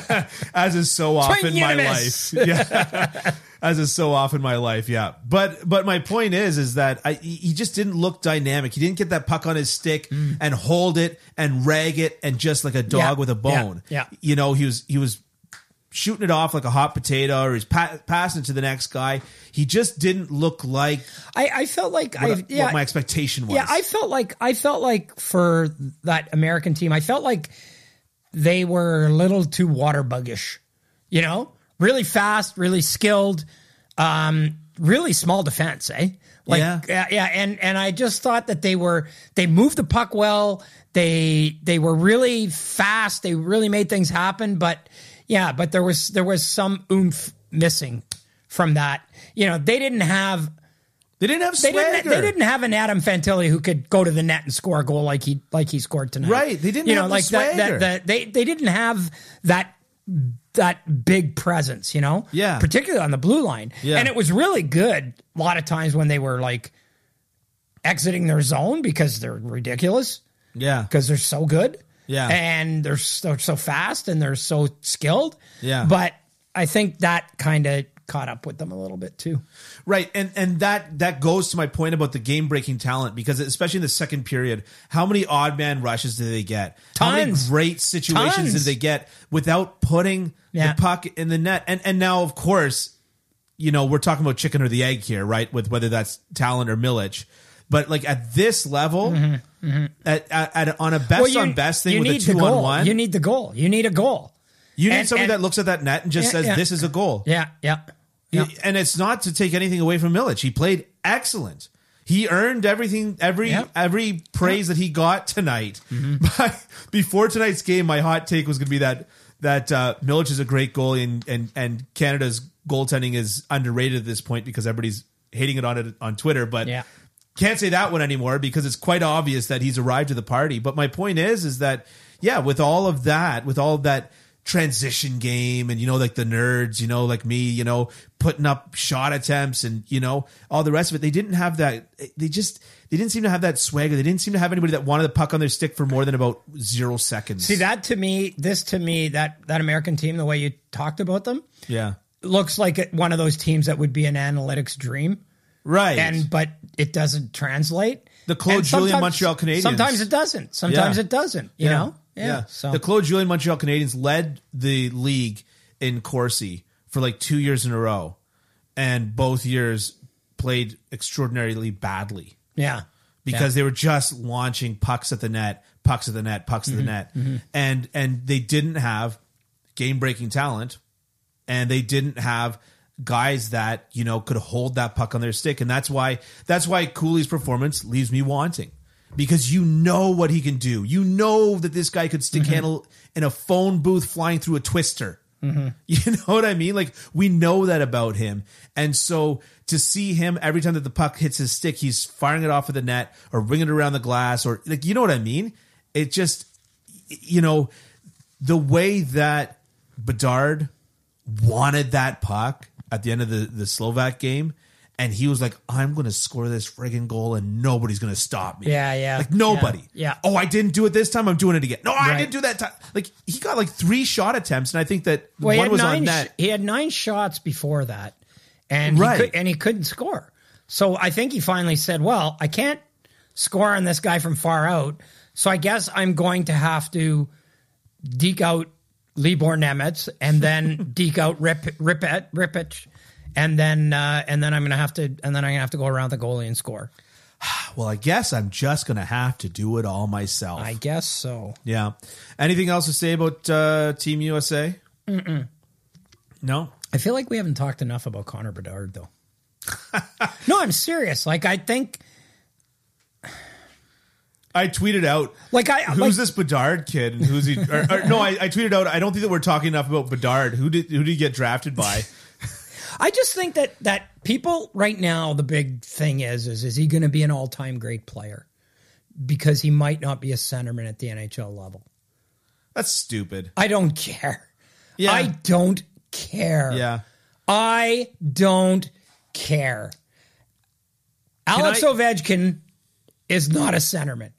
Speaker 1: But as is so often in my life.
Speaker 2: unanimous.
Speaker 1: Yeah. as is so often my life, yeah. But but my point is is that I, he he just didn't look dynamic. He didn't get that puck on his stick and hold it and rag it and just like a dog
Speaker 2: Mm. Yeah,
Speaker 1: with a
Speaker 2: yeah,
Speaker 1: bone.
Speaker 2: yeah.
Speaker 1: You know, he was he was shooting it off like a hot potato or he's pa- passing it to the next guy. He just didn't look like
Speaker 2: I, I felt like
Speaker 1: what,
Speaker 2: I yeah
Speaker 1: what my expectation was.
Speaker 2: yeah I felt like I felt like for that American team I felt like they were a little too water buggish, you know, really fast, really skilled, um, really small defense, eh? Like
Speaker 1: Yeah.
Speaker 2: yeah, yeah, and and I just thought that they were they moved the puck well. They they were really fast. They really made things happen. But yeah, but there was there was some oomph missing from that. You know, they didn't have
Speaker 1: they didn't have
Speaker 2: they
Speaker 1: swagger.
Speaker 2: didn't they didn't have an Adam Fantilli who could go to the net and score a goal like he like he scored tonight.
Speaker 1: Right, they didn't
Speaker 2: You know,
Speaker 1: have the
Speaker 2: like that,
Speaker 1: swagger.
Speaker 2: that that they they didn't have that that big presence, you know?
Speaker 1: Yeah.
Speaker 2: Particularly on the blue line.
Speaker 1: Yeah.
Speaker 2: And it was really good a lot of times when they were like exiting their zone because they're ridiculous
Speaker 1: yeah.
Speaker 2: because they're so good.
Speaker 1: Yeah.
Speaker 2: And they're so, so fast and they're so skilled.
Speaker 1: Yeah.
Speaker 2: But I think that kind of caught up with them a little bit too.
Speaker 1: Right, and and that that goes to my point about the game breaking talent because especially in the second period, how many odd man rushes did they get? How many
Speaker 2: Tons.
Speaker 1: great situations
Speaker 2: Tons.
Speaker 1: did they get without putting
Speaker 2: Yeah.
Speaker 1: the puck in the net? And and now of course, you know we're talking about chicken or the egg here, right? With whether that's talent or millage, but like at this level, At, at, at- on a best
Speaker 2: Mm-hmm, you-
Speaker 1: on best
Speaker 2: you
Speaker 1: thing with a
Speaker 2: need the
Speaker 1: two
Speaker 2: goal.
Speaker 1: on one,
Speaker 2: You
Speaker 1: you need,
Speaker 2: need the goal. You need a goal. and-
Speaker 1: somebody
Speaker 2: and-
Speaker 1: that looks at that net and just
Speaker 2: Yeah,
Speaker 1: says
Speaker 2: yeah.
Speaker 1: this is a goal.
Speaker 2: Yeah, yeah. yeah.
Speaker 1: And it's not to take anything away from Milic. He played excellent. He earned everything, every
Speaker 2: Yep.
Speaker 1: every
Speaker 2: Mm-hmm.
Speaker 1: praise that he got tonight. But before tonight's game, my hot take was going to be that that uh, Milic is a great goalie, and and and Canada's goaltending is underrated at this point because everybody's hating it on it on Twitter. But
Speaker 2: Yeah.
Speaker 1: can't say that one anymore because it's quite obvious that he's arrived to the party. But my point is, is that yeah, with all of that, with all of that transition game, and you know, like the nerds, you know, like me, you know, putting up shot attempts, and you know, all the rest of it, they didn't have that. They just they didn't seem to have that swagger. They didn't seem to have anybody that wanted the puck on their stick for more than about zero seconds.
Speaker 2: See that to me, this to me, that that American team, the way you talked about them,
Speaker 1: Yeah.
Speaker 2: looks like one of those teams that would be an analytics dream,
Speaker 1: Right.
Speaker 2: and but it doesn't translate.
Speaker 1: The Claude
Speaker 2: And
Speaker 1: Julien
Speaker 2: sometimes-
Speaker 1: Montreal Canadiens.
Speaker 2: Sometimes it doesn't. Sometimes
Speaker 1: Yeah.
Speaker 2: it doesn't. You know. Yeah. So
Speaker 1: The Claude Julien Montreal Canadiens led the league in Corsi for like two years in a row, and both years played extraordinarily badly
Speaker 2: yeah.
Speaker 1: because they were just launching pucks at the net, pucks at the net, pucks
Speaker 2: Mm-hmm.
Speaker 1: at the net, and and they didn't have game breaking talent, and they didn't have guys that you know could hold that puck on their stick, and that's why that's why Cooley's performance leaves me wanting because you know what he can do, you know that this guy could stick handle in a phone booth flying through a twister. You know what I mean? Like we know that about him. And so to see him every time that the puck hits his stick, he's firing it off of the net or ringing it around the glass or like you know what I mean? It just you know the way that Bedard wanted that puck at the end of the, the Slovak game and he was like I'm going to score this friggin' goal and nobody's going to stop me.
Speaker 2: Yeah, yeah.
Speaker 1: Like nobody.
Speaker 2: Yeah, yeah.
Speaker 1: Oh, I didn't do it this time. I'm doing it again. No, I
Speaker 2: Right.
Speaker 1: didn't do that time. Like he got like 3 shot attempts and I think that
Speaker 2: Well, he
Speaker 1: one
Speaker 2: had
Speaker 1: was
Speaker 2: nine.
Speaker 1: on
Speaker 2: sh-
Speaker 1: net.
Speaker 2: He had nine shots before that, and
Speaker 1: Right.
Speaker 2: he could, and he couldn't score. So I think he finally said, "Well, I can't score on this guy from far out. So I guess I'm going to have to deke out Libor Nemitz and then deke out Rip Ripet Ripich." And then, uh, and then I'm gonna have to, and then I'm gonna have to go around the goalie and score.
Speaker 1: Well, I guess I'm just gonna have to do it all myself.
Speaker 2: I guess so.
Speaker 1: yeah. Anything else to say about uh, Team USA? Mm-mm. No.
Speaker 2: I feel like we haven't talked enough about Connor Bedard, though. no, I'm serious. Like I think,
Speaker 1: I tweeted out.
Speaker 2: like I
Speaker 1: Who's
Speaker 2: like,
Speaker 1: this Bedard kid? And who's he? Or, or, no, I, I tweeted out. I don't think that we're talking enough about Bedard. Who did who did he get drafted by?
Speaker 2: I just think that that people right now the big thing is is is he going to be an all time great player because he might not be a centerman at the NHL level.
Speaker 1: That's stupid.
Speaker 2: I don't care.
Speaker 1: Yeah.
Speaker 2: I don't care.
Speaker 1: Yeah.
Speaker 2: I don't care. Alex
Speaker 1: I-
Speaker 2: Ovechkin is not a centerman.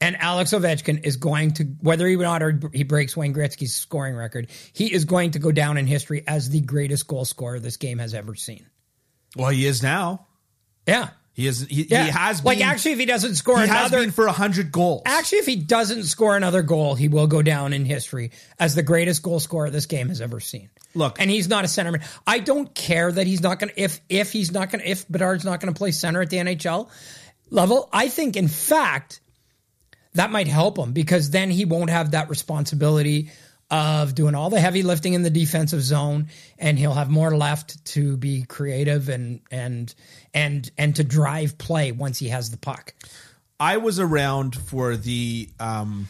Speaker 2: And Alex Ovechkin is going to, whether he or not or he breaks Wayne Gretzky's scoring record, he is going to go down in history as the greatest goal scorer this game has ever seen.
Speaker 1: Well, he is now.
Speaker 2: Yeah.
Speaker 1: He is. He,
Speaker 2: Yeah.
Speaker 1: he has been.
Speaker 2: like actually if he doesn't score
Speaker 1: he has
Speaker 2: another
Speaker 1: been for hundred goals.
Speaker 2: actually if he doesn't score another goal, he will go down in history as the greatest goal scorer this game has ever seen.
Speaker 1: Look.
Speaker 2: and he's not a centerman. I don't care that he's not going to if if he's not going to if Bedard's not going to play center at the NHL level. I think in fact that might help him because then he won't have that responsibility of doing all the heavy lifting in the defensive zone and he'll have more left to be creative and and and and to drive play once he has the puck.
Speaker 1: I was around for the um,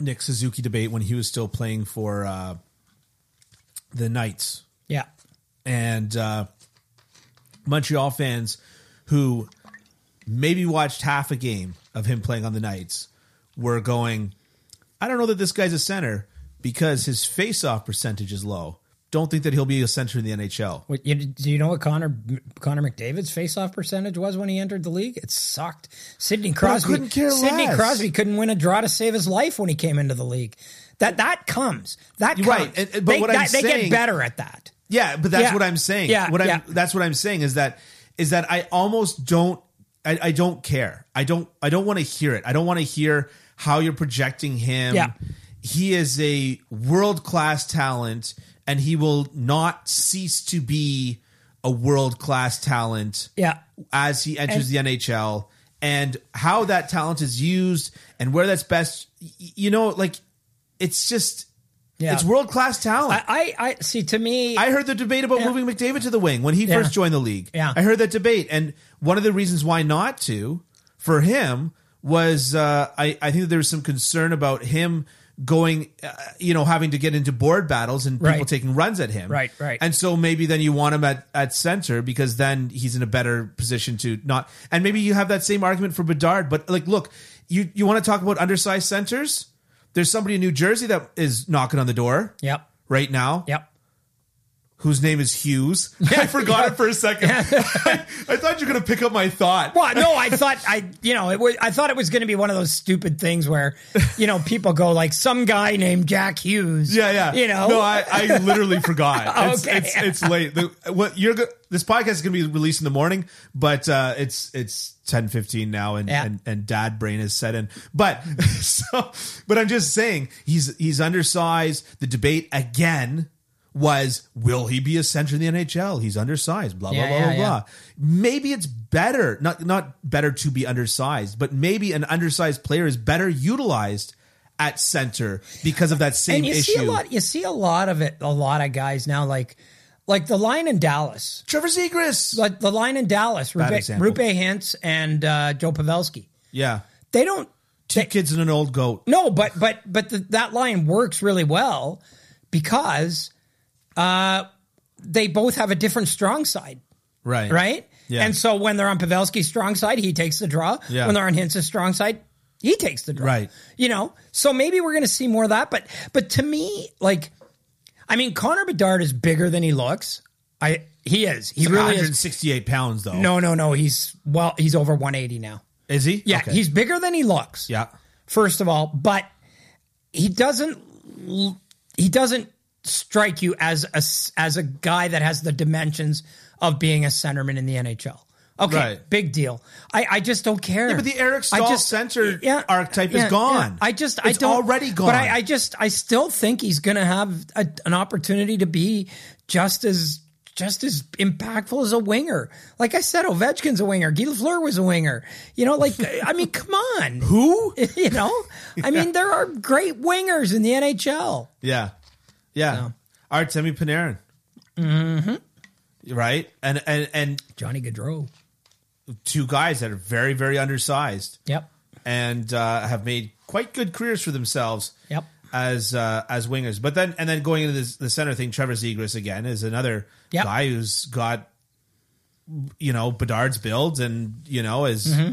Speaker 1: Nick Suzuki debate when he was still playing for uh, the Knights
Speaker 2: Yeah.
Speaker 1: and uh, Montreal fans who maybe watched half a game of him playing on the Knights were going, I don't know that this guy's a center because his face-off percentage is low. Don't think that he'll be a center in the NHL.
Speaker 2: What, you, do you know what Connor Connor McDavid's faceoff percentage was when he entered the league? It sucked. Sidney Crosby
Speaker 1: couldn't care
Speaker 2: Sidney
Speaker 1: less.
Speaker 2: Crosby couldn't win a draw to save his life when he came into the league. That that comes. That comes.
Speaker 1: You're right. And- and- but
Speaker 2: they,
Speaker 1: what I'm
Speaker 2: that, they
Speaker 1: saying-
Speaker 2: get better at that.
Speaker 1: Yeah, but that's
Speaker 2: Yeah.
Speaker 1: what I'm saying.
Speaker 2: Yeah,
Speaker 1: What I'm
Speaker 2: yeah.
Speaker 1: that's what I'm saying is that is that I almost don't I, I don't care. I don't I don't want to hear it. I don't want to hear how you're projecting him.
Speaker 2: Yeah.
Speaker 1: He is a world class talent and he will not cease to be a world class talent
Speaker 2: Yeah.
Speaker 1: as he enters the NHL and how that talent is used and where that's best y- you know, like it's just
Speaker 2: Yeah.
Speaker 1: it's world class talent.
Speaker 2: I, I I see to me
Speaker 1: I heard the debate about moving McDavid to the wing when he first joined the league.
Speaker 2: Yeah.
Speaker 1: I heard that debate, and one of the reasons why not to for him was uh, I, I think that there was some concern about him going, uh, you know, having to get into board battles and people
Speaker 2: Right.
Speaker 1: taking runs at him.
Speaker 2: Right, right.
Speaker 1: And so maybe then you want him at, at center because then he's in a better position to not. And maybe you have that same argument for Bedard. But like, look, you, you want to talk about undersized centers? There's somebody in New Jersey that is knocking on the door
Speaker 2: Yep.
Speaker 1: right now
Speaker 2: Yep.
Speaker 1: whose name is Hughes. I forgot it for a second. I, I thought you were going to pick up my thought.
Speaker 2: Well, no, I thought I, you know, it was, I thought it was going to be one of those stupid things where, you know, people go like some guy named Jack Hughes.
Speaker 1: Yeah, yeah.
Speaker 2: You know,
Speaker 1: no, I, I literally forgot. It's,
Speaker 2: Okay.
Speaker 1: it's, it's late. The, what you're go- this podcast is going to be released in the morning, but uh, it's it's ten fifteen now, and,
Speaker 2: Yeah.
Speaker 1: and and dad brain is set in. But so, but I'm just saying he's he's undersized. The debate again was will he be a center in the NHL? He's undersized. Blah blah
Speaker 2: Yeah,
Speaker 1: blah
Speaker 2: yeah,
Speaker 1: blah
Speaker 2: yeah.
Speaker 1: blah. Maybe it's better not not better to be undersized, but maybe an undersized player is better utilized. At center because of that same
Speaker 2: and you
Speaker 1: issue.
Speaker 2: see a lot, you see a lot of it, a lot of guys now, like, like the line in Dallas,
Speaker 1: Trevor Zegras.
Speaker 2: like the line in Dallas, Rupe,
Speaker 1: example.
Speaker 2: Rupe Hintz and uh, Joe Pavelski.
Speaker 1: yeah.
Speaker 2: They don't,
Speaker 1: Two kids and an old goat.
Speaker 2: No, but but but the, that line works really well because uh, they both have a different strong side,
Speaker 1: Right.
Speaker 2: right?
Speaker 1: Yeah.
Speaker 2: And so when they're on Pavelski's strong side, he takes the draw.
Speaker 1: Yeah.
Speaker 2: When they're on Hintz's strong side, he takes the draw.
Speaker 1: Right.
Speaker 2: You know. So maybe we're going to see more of that. But but to me, like, I mean, Connor Bedard is bigger than he looks. I he is. He really is.
Speaker 1: 168 pounds though.
Speaker 2: No, no, no. He's well. He's over 180 now.
Speaker 1: Is he?
Speaker 2: Yeah.
Speaker 1: Okay.
Speaker 2: He's bigger than he looks
Speaker 1: yeah.
Speaker 2: first of all, but he doesn't l- he doesn't strike you as a s- as a guy that has the dimensions of being a centerman in the NHL. Okay,
Speaker 1: Right.
Speaker 2: big deal. I, I just don't care.
Speaker 1: but the Eric
Speaker 2: I
Speaker 1: Staal center archetype is
Speaker 2: yeah, yeah.
Speaker 1: gone.
Speaker 2: I just I
Speaker 1: It's
Speaker 2: don't
Speaker 1: already gone.
Speaker 2: But I, I just I still think he's going to have a, an opportunity to be just as just as impactful as a winger. Like I said, Ovechkin's a winger. Guy Lafleur was a winger. You know, like I mean, come on.
Speaker 1: Who?
Speaker 2: you know, I mean, there are great wingers in the NHL.
Speaker 1: Yeah. Yeah. Artemi Panarin. Mm-hmm. Right. And and and
Speaker 2: Johnny Gaudreau.
Speaker 1: two guys that are very very undersized
Speaker 2: Yep.
Speaker 1: and uh, have made quite good careers for themselves.
Speaker 2: Yep.
Speaker 1: As uh, as wingers, but then and then going into this, the center thing, Trevor Zegras again is another
Speaker 2: Yep.
Speaker 1: guy who's got you know Bedard's build and you know is
Speaker 2: Mm-hmm.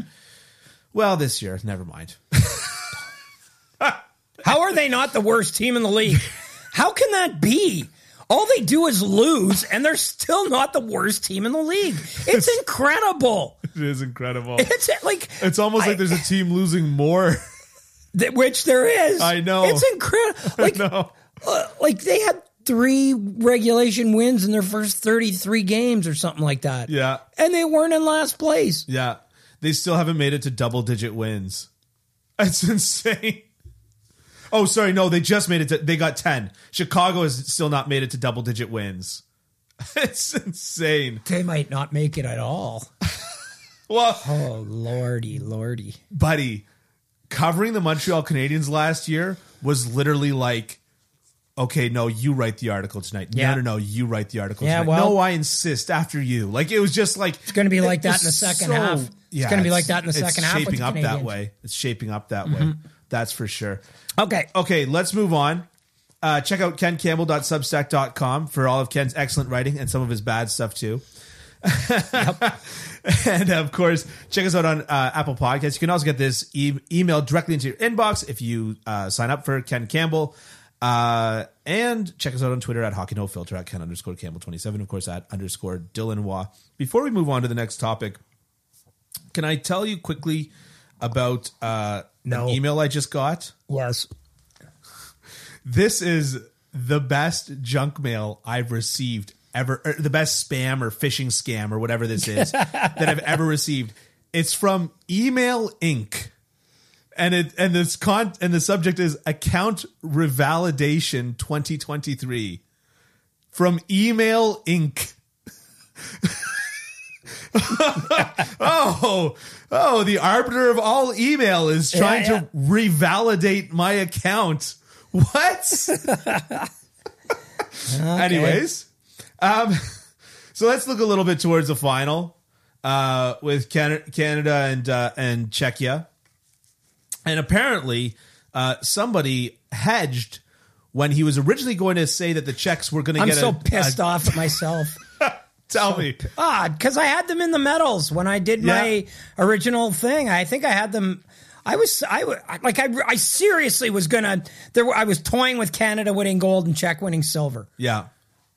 Speaker 1: well this year. Never mind.
Speaker 2: How are they not the worst team in the league? How can that be? All they do is lose, and they're still not the worst team in the league. It's incredible.
Speaker 1: It is incredible.
Speaker 2: It's like
Speaker 1: It's almost
Speaker 2: I-
Speaker 1: like there's a team losing more.
Speaker 2: th- which there is.
Speaker 1: I know.
Speaker 2: It's incredible. Like
Speaker 1: no.
Speaker 2: uh, like they had three regulation wins in their first thirty three games or something like that.
Speaker 1: Yeah.
Speaker 2: and they weren't in last place.
Speaker 1: Yeah. They still haven't made it to double digit wins. That's insane. Oh, sorry. No, they just made it to, they got 10. Chicago has still not made it to double digit wins. It's insane.
Speaker 2: They might not make it at all.
Speaker 1: Well,
Speaker 2: Oh lordy, lordy!
Speaker 1: buddy, covering the Montreal Canadiens last year was literally like, okay, no, you write the article tonight.
Speaker 2: Yeah.
Speaker 1: No, no, no, you write the article
Speaker 2: Yeah,
Speaker 1: tonight.
Speaker 2: well-
Speaker 1: no, I insist after you. Like, it was just like,
Speaker 2: It's going to be like
Speaker 1: It
Speaker 2: that in the
Speaker 1: was
Speaker 2: second
Speaker 1: so-
Speaker 2: half. It's
Speaker 1: yeah,
Speaker 2: going to be like that in the second half.
Speaker 1: It's
Speaker 2: with
Speaker 1: shaping
Speaker 2: the Mm-hmm.
Speaker 1: up that
Speaker 2: Canadians.
Speaker 1: way. It's shaping up that way. That's for sure.
Speaker 2: Okay. Oh,
Speaker 1: Okay, let's move on. Uh, check out kencampbell.substack.com for all of Ken's excellent writing and some of his bad stuff too. and of course, check us out on uh, Apple Podcasts. You can also get this e- email directly into your inbox if you uh, sign up for Ken Campbell. Uh, and check us out on Twitter at Hockey No Filter at Ken underscore Campbell twenty seven. Of course, at underscore Dylan Waugh. Before we move on to the next topic, can I tell you quickly about uh,
Speaker 2: No.
Speaker 1: an email I just got?
Speaker 2: Yes.
Speaker 1: this is the best junk mail I've received ever, or the best spam or phishing scam or whatever this is that I've ever received. It's from Email Inc. And it and this con and the subject is account revalidation 2023 from Email Inc. oh, oh, the arbiter of all email is trying
Speaker 2: yeah.
Speaker 1: to revalidate my account. What? Anyways, um, so let's look a little bit towards the final uh, with Can- Canada and uh, and Czechia, and apparently uh, somebody hedged when he was originally going to say that the checks were going to
Speaker 2: I'm
Speaker 1: get.
Speaker 2: so
Speaker 1: a,
Speaker 2: pissed
Speaker 1: a-
Speaker 2: off at myself.
Speaker 1: Tell me,
Speaker 2: Ah, because I had them in the medals when I did my original thing. I think I had them. I was I wa- like I, I seriously was gonna there. were- I was toying with Canada winning gold and Czech winning silver,
Speaker 1: yeah,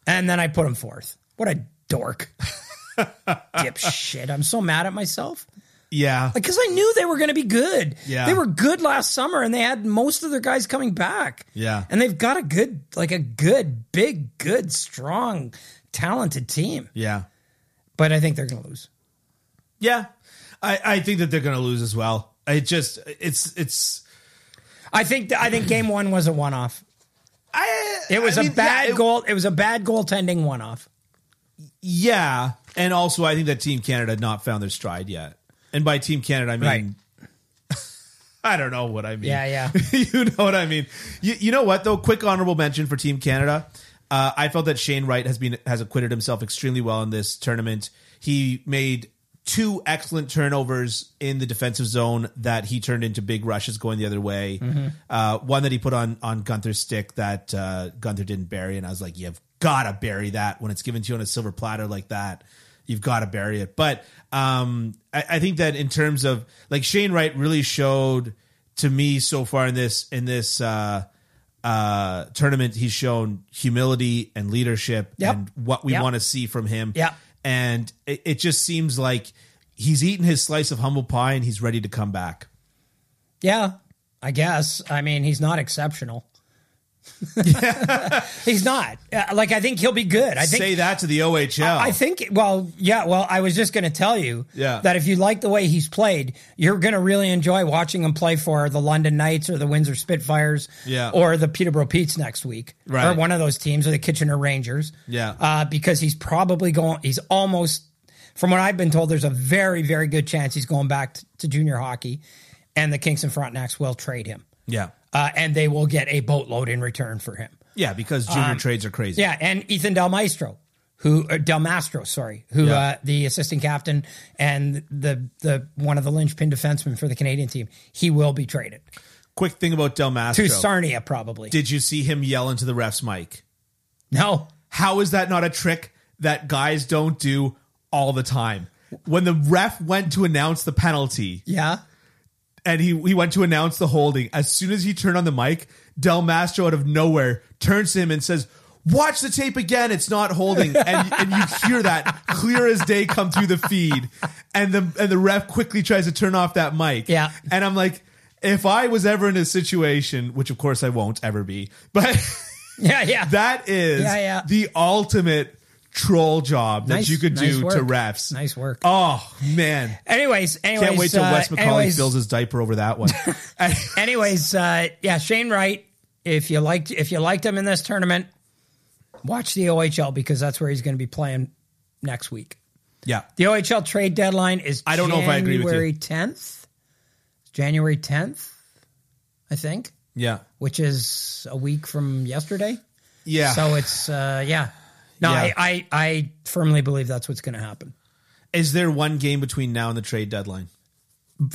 Speaker 2: and then I put them fourth. What a dork, dipshit! I'm so mad at myself.
Speaker 1: yeah.
Speaker 2: because I knew they were going to be good.
Speaker 1: Yeah.
Speaker 2: they were good last summer, and they had most of their guys coming back.
Speaker 1: Yeah.
Speaker 2: and they've got a good, like a good, big, good, strong, talented team.
Speaker 1: yeah.
Speaker 2: But I think they're going to lose.
Speaker 1: Yeah, I, I think that they're going to lose as well. It just it's it's
Speaker 2: I think I think game one was a one off.
Speaker 1: I
Speaker 2: It was
Speaker 1: a
Speaker 2: a bad goal. It was a bad goaltending one off.
Speaker 1: Yeah, and also I think that Team Canada had not found their stride yet. And by Team Canada, I mean I don't know what I mean.
Speaker 2: Yeah, yeah.
Speaker 1: you know what I mean. You, you know what though? Quick honorable mention for Team Canada. Uh, I felt that Shane Wright has been has acquitted himself extremely well in this tournament. He made two excellent turnovers in the defensive zone that he turned into big rushes going the other way. Uh, one that he put on on Gunther's stick that uh, Gunther didn't bury, and I was like, you've got to bury that when it's given to you on a silver platter like that you've got to bury it. But um, I, I think that in terms of like Shane Wright really showed to me so far in this in this uh, uh, tournament, he's shown humility and leadership
Speaker 2: Yep.
Speaker 1: and what we
Speaker 2: Yep.
Speaker 1: want to see from him.
Speaker 2: Yep.
Speaker 1: and it, it just seems like he's eaten his slice of humble pie and he's ready to come back.
Speaker 2: Yeah, I guess. I mean, he's not exceptional. he's not. Uh, Like I think he'll be good. I think
Speaker 1: Say that to the OHL.
Speaker 2: I think. Well, yeah. Well, I was just going to tell you
Speaker 1: Yeah.
Speaker 2: that if you like the way he's played, you're going to really enjoy watching him play for the London Knights or the Windsor Spitfires,
Speaker 1: Yeah.
Speaker 2: or the Peterborough Petes next week,
Speaker 1: Right.
Speaker 2: or one of those teams, or the Kitchener Rangers,
Speaker 1: Yeah.
Speaker 2: Uh, because he's probably going. He's almost. From what I've been told, there's a very, very good chance he's going back t- to junior hockey, and the Kingston Frontenacs will trade him,
Speaker 1: yeah,
Speaker 2: uh, and they will get a boatload in return for him.
Speaker 1: yeah, because junior trades are crazy.
Speaker 2: Um, Yeah, and Ethan Del Maestro, who or Del Mastro, sorry, who
Speaker 1: Yeah.
Speaker 2: uh, the assistant captain and the the one of the linchpin defensemen for the Canadian team, he will be traded
Speaker 1: Quick thing about Del
Speaker 2: to
Speaker 1: Mastro.
Speaker 2: Sarnia probably.
Speaker 1: Did you see him yell into the ref's mic?
Speaker 2: no,
Speaker 1: How is that not a trick that guys don't do all the time? When the ref went to announce the penalty
Speaker 2: yeah,
Speaker 1: and he, he went to announce the holding, as soon as he turned on the mic, Del Mastro out of nowhere turns to him and says, Watch the tape again, it's not holding. And, and you hear that clear as day come through the feed. And the and the ref quickly tries to turn off that mic.
Speaker 2: Yeah.
Speaker 1: And I'm like, if I was ever in a situation, which of course I won't ever be, but
Speaker 2: yeah, yeah.
Speaker 1: that is
Speaker 2: Yeah, yeah.
Speaker 1: the ultimate troll job that
Speaker 2: Nice-
Speaker 1: you could do
Speaker 2: nice
Speaker 1: to
Speaker 2: work.
Speaker 1: refs.
Speaker 2: nice work.
Speaker 1: Oh man.
Speaker 2: anyways, anyways,
Speaker 1: Can't wait till
Speaker 2: uh,
Speaker 1: Wes McCauley
Speaker 2: anyways,
Speaker 1: fills his diaper over that one. And-
Speaker 2: Anyways, uh, yeah, Shane Wright. If you liked if you liked him in this tournament, watch the OHL because that's where he's going to be playing next week.
Speaker 1: yeah.
Speaker 2: The OHL trade deadline is
Speaker 1: I don't know if I agree with you.
Speaker 2: January 10th. January 10th, I think,
Speaker 1: Yeah.
Speaker 2: which is a week from yesterday.
Speaker 1: Yeah.
Speaker 2: So it's uh yeah. No,
Speaker 1: Yeah.
Speaker 2: I, I I firmly believe that's what's going to happen.
Speaker 1: is there one game between now and the trade deadline?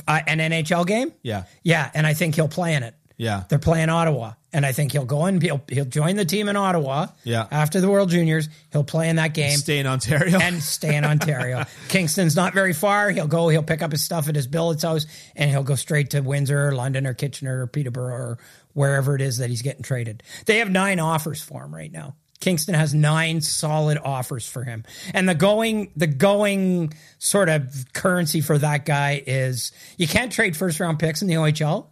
Speaker 2: Uh, an NHL game?
Speaker 1: Yeah.
Speaker 2: Yeah, and I think he'll play in it.
Speaker 1: Yeah.
Speaker 2: They're playing Ottawa, and I think he'll go in. He'll he'll join the team in Ottawa.
Speaker 1: Yeah.
Speaker 2: After the World Juniors, he'll play in that game.
Speaker 1: Stay in Ontario.
Speaker 2: and stay in Ontario. Kingston's not very far. He'll go, he'll pick up his stuff at his billet's house, and he'll go straight to Windsor or London or Kitchener or Peterborough or wherever it is that he's getting traded. They have nine offers for him right now. Kingston has nine solid offers for him. And the going the going sort of currency for that guy is you can't trade first round picks in the OHL.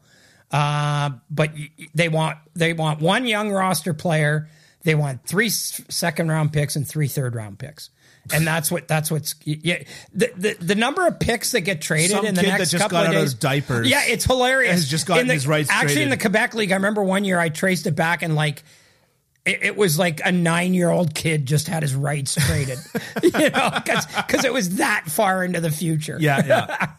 Speaker 2: Uh, but y- y- they want they want one young roster player. They want three s- second round picks and three third round picks, and that's what that's what's yeah. The the, the number of picks that get traded
Speaker 1: Some
Speaker 2: in the
Speaker 1: kid that
Speaker 2: next
Speaker 1: just
Speaker 2: couple
Speaker 1: got
Speaker 2: of
Speaker 1: out of
Speaker 2: days,
Speaker 1: diapers
Speaker 2: Yeah, it's hilarious.
Speaker 1: has just gotten
Speaker 2: In the-
Speaker 1: his rights
Speaker 2: Actually, in the
Speaker 1: traded.
Speaker 2: Quebec League, I remember one year I traced it back and like. It it was like a nine-year-old kid just had his rights traded, you know, because it was that far into the future.
Speaker 1: yeah. Yeah.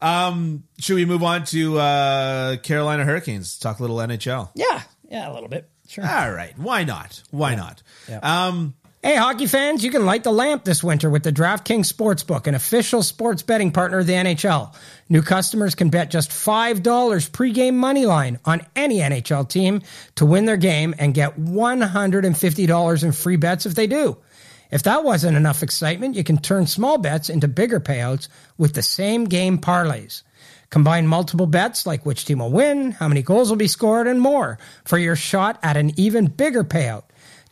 Speaker 1: um, should we move on to uh, Carolina Hurricanes? Talk a little NHL. Ah,
Speaker 2: yeah, yeah, a little bit, sure.
Speaker 1: All right. Why not? Why not?
Speaker 2: Yeah.
Speaker 1: Um,
Speaker 2: Hey, hockey fans, you can light the lamp this winter with the DraftKings Sportsbook, an official sports betting partner of the NHL. New customers can bet just $5 pregame money line on any NHL team to win their game and get $150 in free bets if they do. If that wasn't enough excitement, you can turn small bets into bigger payouts with the same game parlays. Combine multiple bets like which team will win, how many goals will be scored, and more for your shot at an even bigger payout.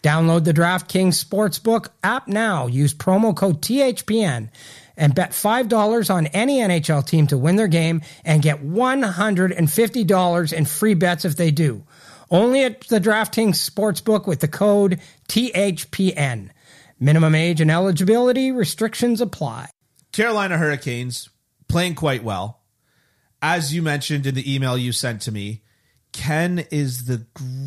Speaker 2: Download the DraftKings Sportsbook app now. Use promo code THPN and bet $5 on any NHL team to win their game and get $150 in free bets if they do. Only at the DraftKings Sportsbook with the code THPN. Minimum age and eligibility restrictions apply.
Speaker 1: Carolina Hurricanes playing quite well. As you mentioned in the email you sent to me, Ken is the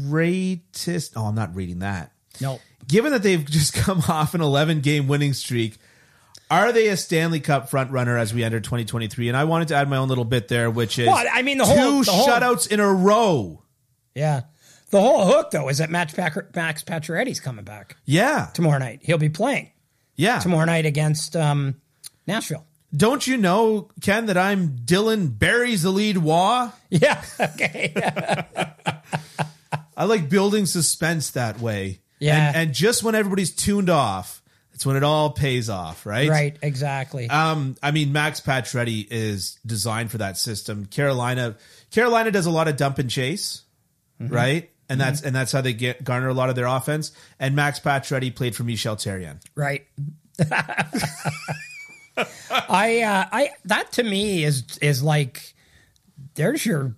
Speaker 1: greatest. Oh, I'm not reading that.
Speaker 2: No.
Speaker 1: Given that they've just come off an 11 game winning streak, are they a Stanley Cup front runner as we enter 2023? And I wanted to add my own little bit there, which is
Speaker 2: Well, I mean, the whole-
Speaker 1: two
Speaker 2: the whole-
Speaker 1: shutouts in a row.
Speaker 2: Yeah. The whole hook, though, is that Max, Packer, Max Pacioretty's coming back
Speaker 1: Yeah,
Speaker 2: tomorrow night. He'll be playing
Speaker 1: yeah.
Speaker 2: tomorrow night against um, Nashville.
Speaker 1: Don't you know, Ken, that I'm Dylan Barry's the lead wah?
Speaker 2: Yeah. Okay.
Speaker 1: I like building suspense that way.
Speaker 2: Yeah.
Speaker 1: and, and just when everybody's tuned off, that's when it all pays off, right?
Speaker 2: right. Exactly.
Speaker 1: Um, I mean, Max Pacioretty is designed for that system. Carolina, Carolina does a lot of dump and chase,
Speaker 2: Mm-hmm.
Speaker 1: right? And that's and that's how they get garner a lot of their offense. And Max Pacioretty played for Michel Terrien.
Speaker 2: Right. I uh, I that to me is is like there's your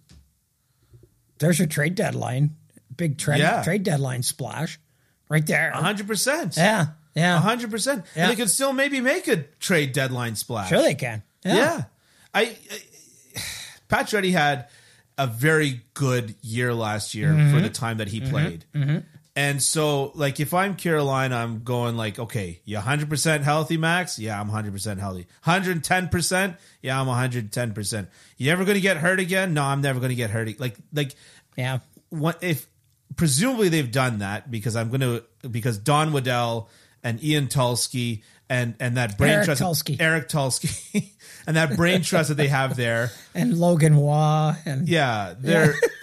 Speaker 2: there's your trade deadline. Big trade
Speaker 1: Yeah.
Speaker 2: trade deadline splash. Right there.
Speaker 1: hundred percent,
Speaker 2: Yeah. Yeah.
Speaker 1: hundred percent.
Speaker 2: Yeah.
Speaker 1: And they could still maybe make a trade deadline splash.
Speaker 2: Sure they can.
Speaker 1: Yeah. I, I Pacioretty had a very good year last year for the time that he played. And so like if I'm Carolina, I'm going like, okay, you 100% healthy, Max? Yeah, I'm 100% healthy. 110%? Yeah, I'm 110%. You ever going to get hurt again? No, I'm never going to get hurt. ag- Like like
Speaker 2: Yeah.
Speaker 1: what if presumably they've done that because I'm going to because Don Waddell and Ian Tulsky and and that brain
Speaker 2: Eric
Speaker 1: trust
Speaker 2: Tulsky.
Speaker 1: Eric Tulsky and that brain trust that they have there.
Speaker 2: And Logan Waugh and
Speaker 1: Yeah, they're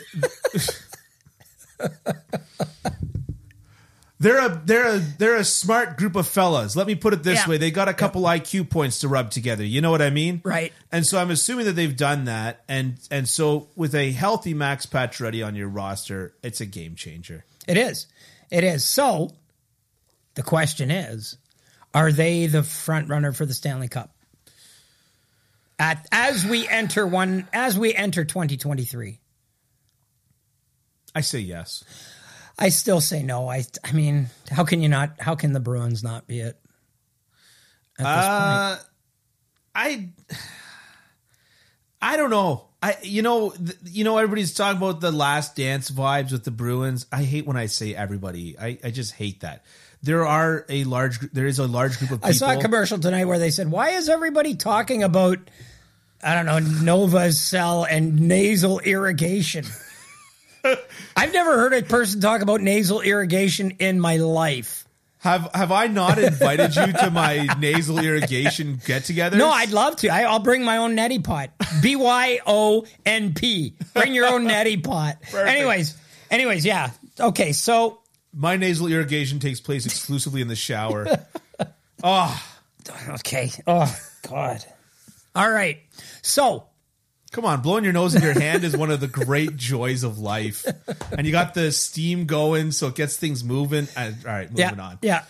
Speaker 1: they're a they're a they're a smart group of fellas. Let me put it this
Speaker 2: Yeah.
Speaker 1: way: they got a couple IQ points to rub together. You know what I mean,
Speaker 2: Right.
Speaker 1: And so I'm assuming that they've done that, and and so with a healthy Max Pacioretty on your roster, it's a game changer.
Speaker 2: It is. It is. So the question is, are they the front runner for the Stanley Cup? At as we enter one as we enter 2023.
Speaker 1: I say yes.
Speaker 2: I still say no. I I mean, how can you not how can the Bruins not be it? At this point.
Speaker 1: Uh, I I don't know. I you know th- you know everybody's talking about the last dance vibes with the Bruins. I hate when I say everybody. I I just hate that. There are a large gr- there is a large group of people.
Speaker 2: I saw a commercial tonight where they said, "Why is everybody talking about I don't know, Nova cell and nasal irrigation?" I've never heard a person talk about nasal irrigation in my life.
Speaker 1: have have I not invited you to my nasal irrigation get together?
Speaker 2: No, I'd love to. I, I'll bring my own neti pot. B Y O N P. Bring your own neti pot. Anyways, anyways, yeah. Okay, so
Speaker 1: my nasal irrigation takes place exclusively in the shower. oh,
Speaker 2: okay. Oh God. All right. So
Speaker 1: come on! Blowing your nose in your hand is one of the great joys of life, and you got the steam going, so it gets things moving. Uh, all right, moving
Speaker 2: yeah,
Speaker 1: on.
Speaker 2: yeah.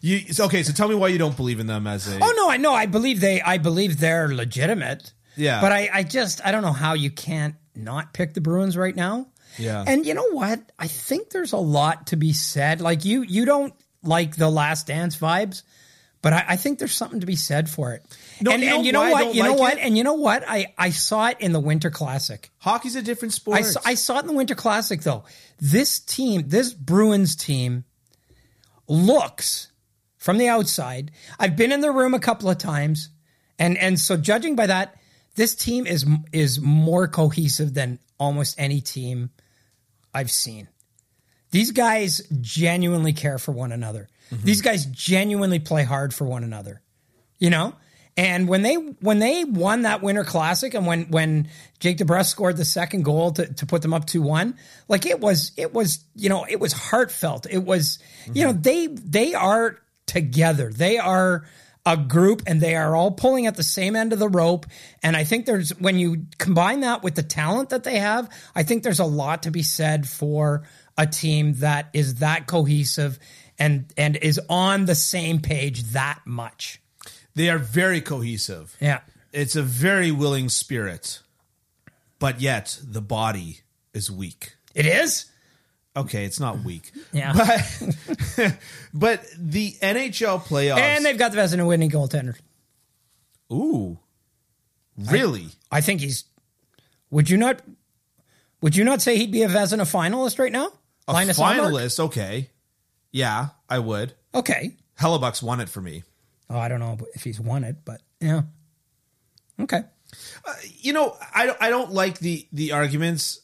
Speaker 1: You so- okay? So tell me why you don't believe in them as a.
Speaker 2: Oh no, I know. I believe they. I believe they're legitimate.
Speaker 1: Yeah.
Speaker 2: But I, I just, I don't know how you can't not pick the Bruins right now.
Speaker 1: Yeah.
Speaker 2: And you know what? I think there's a lot to be said. Like you, you don't like the Last Dance vibes, but I, I think there's something to be said for it.
Speaker 1: No,
Speaker 2: and,
Speaker 1: you know
Speaker 2: and you know
Speaker 1: why I
Speaker 2: what?
Speaker 1: don't
Speaker 2: You know
Speaker 1: like
Speaker 2: what?
Speaker 1: it?
Speaker 2: And you know what? I, I saw it in the Winter Classic.
Speaker 1: hockey's a different sport.
Speaker 2: I saw, I saw it in the Winter Classic though. This team, this Bruins team, looks from the outside. I've been in the room a couple of times, and and so judging by that, this team is is more cohesive than almost any team I've seen. These guys genuinely care for one another. These guys genuinely play hard for one another. You know? And when they when they won that Winter Classic and when when Jake DeBrus scored the second goal to, to put them up 2-1, like it was it was, you know, it was heartfelt. It was, you know, they they are together. They are a group and they are all pulling at the same end of the rope. And I think there's, when you combine that with the talent that they have, I think there's a lot to be said for a team that is that cohesive and, and is on the same page that much.
Speaker 1: They are very cohesive.
Speaker 2: Yeah.
Speaker 1: It's a very willing spirit, but yet the body is weak.
Speaker 2: It is?
Speaker 1: Okay, it's not weak.
Speaker 2: Yeah.
Speaker 1: But, but the NHL playoffs.
Speaker 2: And they've got the Vezina winning goaltender.
Speaker 1: ooh, really?
Speaker 2: I think he's, would you not, would you not say he'd be a Vezina finalist right now?
Speaker 1: A
Speaker 2: Linus Allmark?
Speaker 1: finalist? Okay. Yeah, I would.
Speaker 2: Okay.
Speaker 1: Hellebuck's won it for me.
Speaker 2: Oh, I don't know if he's won it, but yeah. Okay.
Speaker 1: you know, I don't- I don't like the the arguments,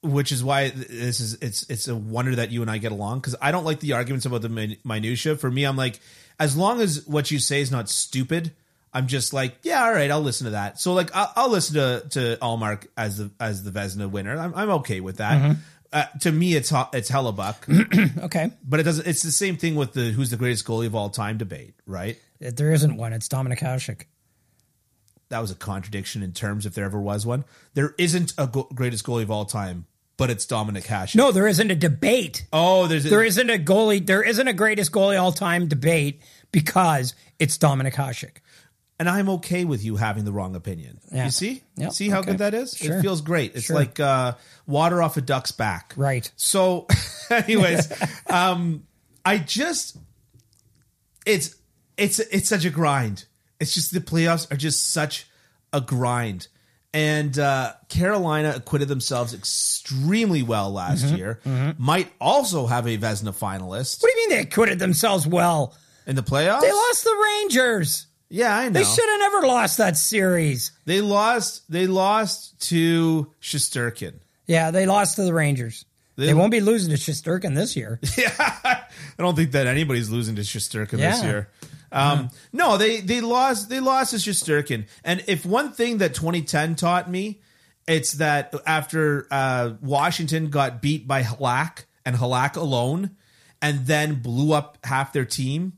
Speaker 1: which is why this is it's it's a wonder that you and I get along because I don't like the arguments about the min- minutia. For me, I'm like, as long as what you say is not stupid, I'm just like, yeah, all right, I'll listen to that. So like, I'll, I'll listen to to Allmark as the as the Vesna winner. I'm, I'm okay with that. Uh, to me, it's Ho- it's Hellebuck,
Speaker 2: Okay.
Speaker 1: but it doesn't. It's the same thing with the who's the greatest goalie of all time debate, right?
Speaker 2: If There isn't one. It's Dominic Hasek.
Speaker 1: that was a contradiction in terms if there ever was one. There isn't a go- greatest goalie of all time, but it's Dominic Hasek.
Speaker 2: No, there isn't a debate.
Speaker 1: Oh, there's
Speaker 2: There isn't a goalie. There isn't a greatest goalie all time debate because it's Dominic Hasek.
Speaker 1: and I'm okay with you having the wrong opinion.
Speaker 2: Yeah.
Speaker 1: You see?
Speaker 2: Yep,
Speaker 1: See how
Speaker 2: okay.
Speaker 1: good that is?
Speaker 2: Sure.
Speaker 1: It feels great. It's
Speaker 2: Sure.
Speaker 1: like uh, water off a duck's back.
Speaker 2: Right.
Speaker 1: So anyways, um I just it's it's it's such a grind. It's just the playoffs are just such a grind. And uh, Carolina acquitted themselves extremely well last
Speaker 2: Mm-hmm.
Speaker 1: year. Might also have a Vesna finalist
Speaker 2: What do you mean they acquitted themselves well?
Speaker 1: in the playoffs.
Speaker 2: They lost the Rangers.
Speaker 1: Yeah, I know.
Speaker 2: They should have never lost that series.
Speaker 1: They lost. They lost to Shosturkin.
Speaker 2: Yeah, they lost to the Rangers. They, won't be losing to Shisterkin this year.
Speaker 1: Yeah, I don't think that anybody's losing to Shosturkin this
Speaker 2: Yeah.
Speaker 1: year. Um, No, they they lost. They lost to Shosturkin. And if one thing that 2010 taught me, it's that after uh, Washington got beat by Halak and Halak alone, and then blew up half their team,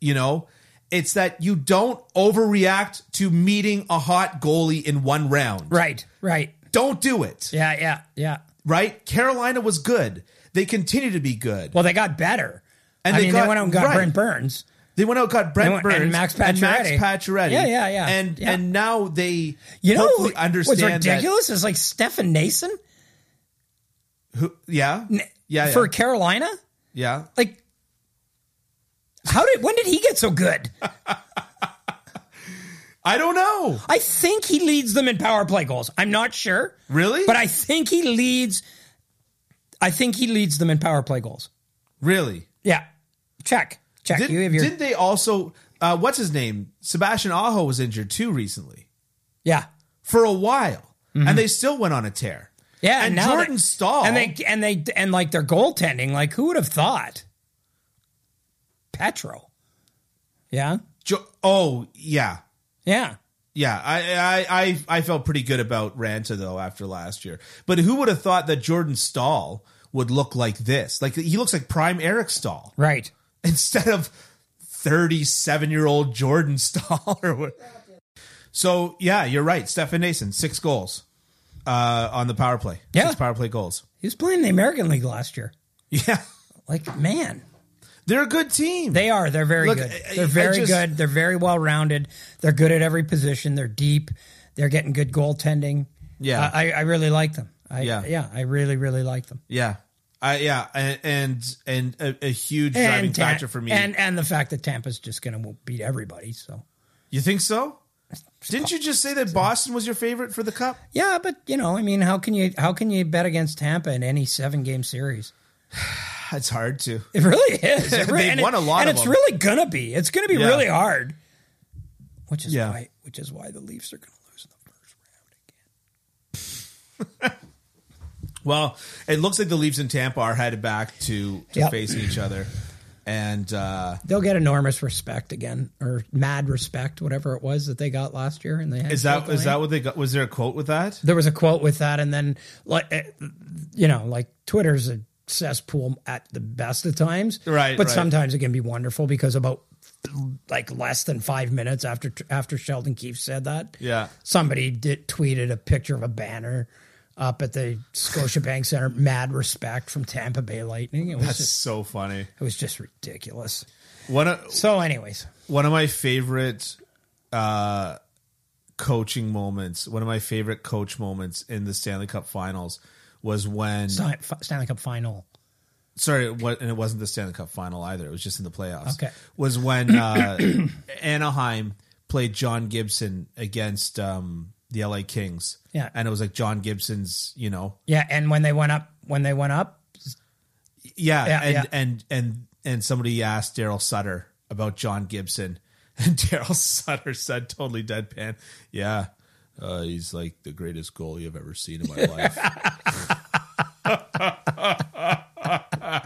Speaker 1: you know. It's that you don't overreact to meeting a hot goalie in one round.
Speaker 2: right, right.
Speaker 1: Don't do it.
Speaker 2: Yeah, yeah, yeah.
Speaker 1: right? Carolina was good. They continue to be good.
Speaker 2: Well, they got better.
Speaker 1: And
Speaker 2: I
Speaker 1: they
Speaker 2: mean,
Speaker 1: got-
Speaker 2: they went out and got
Speaker 1: right.
Speaker 2: Brent Burns.
Speaker 1: they went out got Brent
Speaker 2: And- and
Speaker 1: Burns
Speaker 2: Max
Speaker 1: and Max
Speaker 2: Pacioretty.
Speaker 1: Pacioretty.
Speaker 2: Yeah, yeah, yeah.
Speaker 1: And
Speaker 2: Yeah.
Speaker 1: and now they
Speaker 2: You know,
Speaker 1: hopefully
Speaker 2: who-
Speaker 1: understand
Speaker 2: what's ridiculous is like Stefan Nason
Speaker 1: that who, yeah, yeah, yeah,
Speaker 2: for Carolina.
Speaker 1: yeah.
Speaker 2: Like, how did when did he get so good?
Speaker 1: I don't know.
Speaker 2: I think he leads them in power play goals. I'm not sure,
Speaker 1: Really?
Speaker 2: but I think he leads. I think he leads them in power play goals.
Speaker 1: really.
Speaker 2: Yeah, check, check.
Speaker 1: Did,
Speaker 2: you have your
Speaker 1: did they also uh, what's his name? Sebastian Aho was injured too recently
Speaker 2: yeah,
Speaker 1: for a while. And they still went on a tear.
Speaker 2: Mm-hmm. yeah.
Speaker 1: And
Speaker 2: now
Speaker 1: Jordan
Speaker 2: they,
Speaker 1: Stahl
Speaker 2: and they and they and like their goaltending. Like, who would have thought? Petro. Yeah,
Speaker 1: Jo- oh, yeah.
Speaker 2: yeah.
Speaker 1: Yeah, I, I I I felt pretty good about Ranta though after last year. But who would have thought that Jordan Stahl would look like this? Like he looks like prime Eric Stahl
Speaker 2: Right.
Speaker 1: instead of thirty-seven year old Jordan Stahl. Or what. So yeah, you're right. Stefan Nason six goals uh, on the power play.
Speaker 2: Yeah.
Speaker 1: six power play goals.
Speaker 2: He was playing in the American League last year.
Speaker 1: Yeah,
Speaker 2: Like, man,
Speaker 1: they're a good team.
Speaker 2: They are. They're very
Speaker 1: Look,
Speaker 2: good.
Speaker 1: I- I
Speaker 2: They're very
Speaker 1: just-
Speaker 2: good. They're very well rounded. They're good at every position. They're deep. They're getting good goaltending.
Speaker 1: Yeah.
Speaker 2: I, I- I really like them. I,
Speaker 1: Yeah.
Speaker 2: yeah, I really, really like them.
Speaker 1: yeah, I yeah, and and, and a, a huge driving
Speaker 2: Tam-
Speaker 1: factor for me.
Speaker 2: and and the fact that Tampa's just going to beat everybody. So
Speaker 1: you think so? Didn't you just say that Boston was your favorite for the cup?
Speaker 2: yeah, but you know, I mean, how can you how can you bet against Tampa in any seven game series?
Speaker 1: It's hard to.
Speaker 2: It really is. It really,
Speaker 1: They've
Speaker 2: and
Speaker 1: won a
Speaker 2: it,
Speaker 1: lot
Speaker 2: and
Speaker 1: of
Speaker 2: it's
Speaker 1: them.
Speaker 2: really gonna be. It's gonna be
Speaker 1: Yeah.
Speaker 2: really hard. Which is
Speaker 1: Yeah.
Speaker 2: why, which is why the Leafs are gonna lose in the first round.
Speaker 1: Well, it looks like the Leafs and Tampa are headed back to, to
Speaker 2: Yep.
Speaker 1: facing each other. And uh,
Speaker 2: They'll get enormous respect again, or mad respect, whatever it was that they got last year. And they had
Speaker 1: is that
Speaker 2: Blake
Speaker 1: is
Speaker 2: Lively.
Speaker 1: that what they got? Was there a quote with that?
Speaker 2: there was a quote with that, and then like eh, you know, like Twitter's a cesspool at the best of times,
Speaker 1: Right,
Speaker 2: But
Speaker 1: right.
Speaker 2: sometimes it can be wonderful because about like less than five minutes after after Sheldon Keefe said that,
Speaker 1: Yeah.
Speaker 2: somebody did tweeted a picture of a banner up at the Scotiabank Center, mad respect from Tampa Bay Lightning. It was
Speaker 1: That's
Speaker 2: just,
Speaker 1: so funny.
Speaker 2: it was just ridiculous.
Speaker 1: One of,
Speaker 2: So, anyways,
Speaker 1: one of my favorite uh, coaching moments, one of my favorite coach moments in the Stanley Cup Finals was when
Speaker 2: Stan- F- Stanley Cup final.
Speaker 1: sorry, what, and it wasn't the Stanley Cup Final either. It was just in the playoffs.
Speaker 2: Okay.
Speaker 1: was when uh, Anaheim played John Gibson against um, the LA Kings.
Speaker 2: Yeah.
Speaker 1: and it was like John Gibson's, you know,
Speaker 2: Yeah, and when they went up, when they went up,
Speaker 1: Yeah,
Speaker 2: Yeah,
Speaker 1: and,
Speaker 2: yeah.
Speaker 1: and and and somebody asked Daryl Sutter about John Gibson, and Daryl Sutter said totally deadpan, "Yeah, uh, he's like the greatest goalie I've ever seen in my life." oh,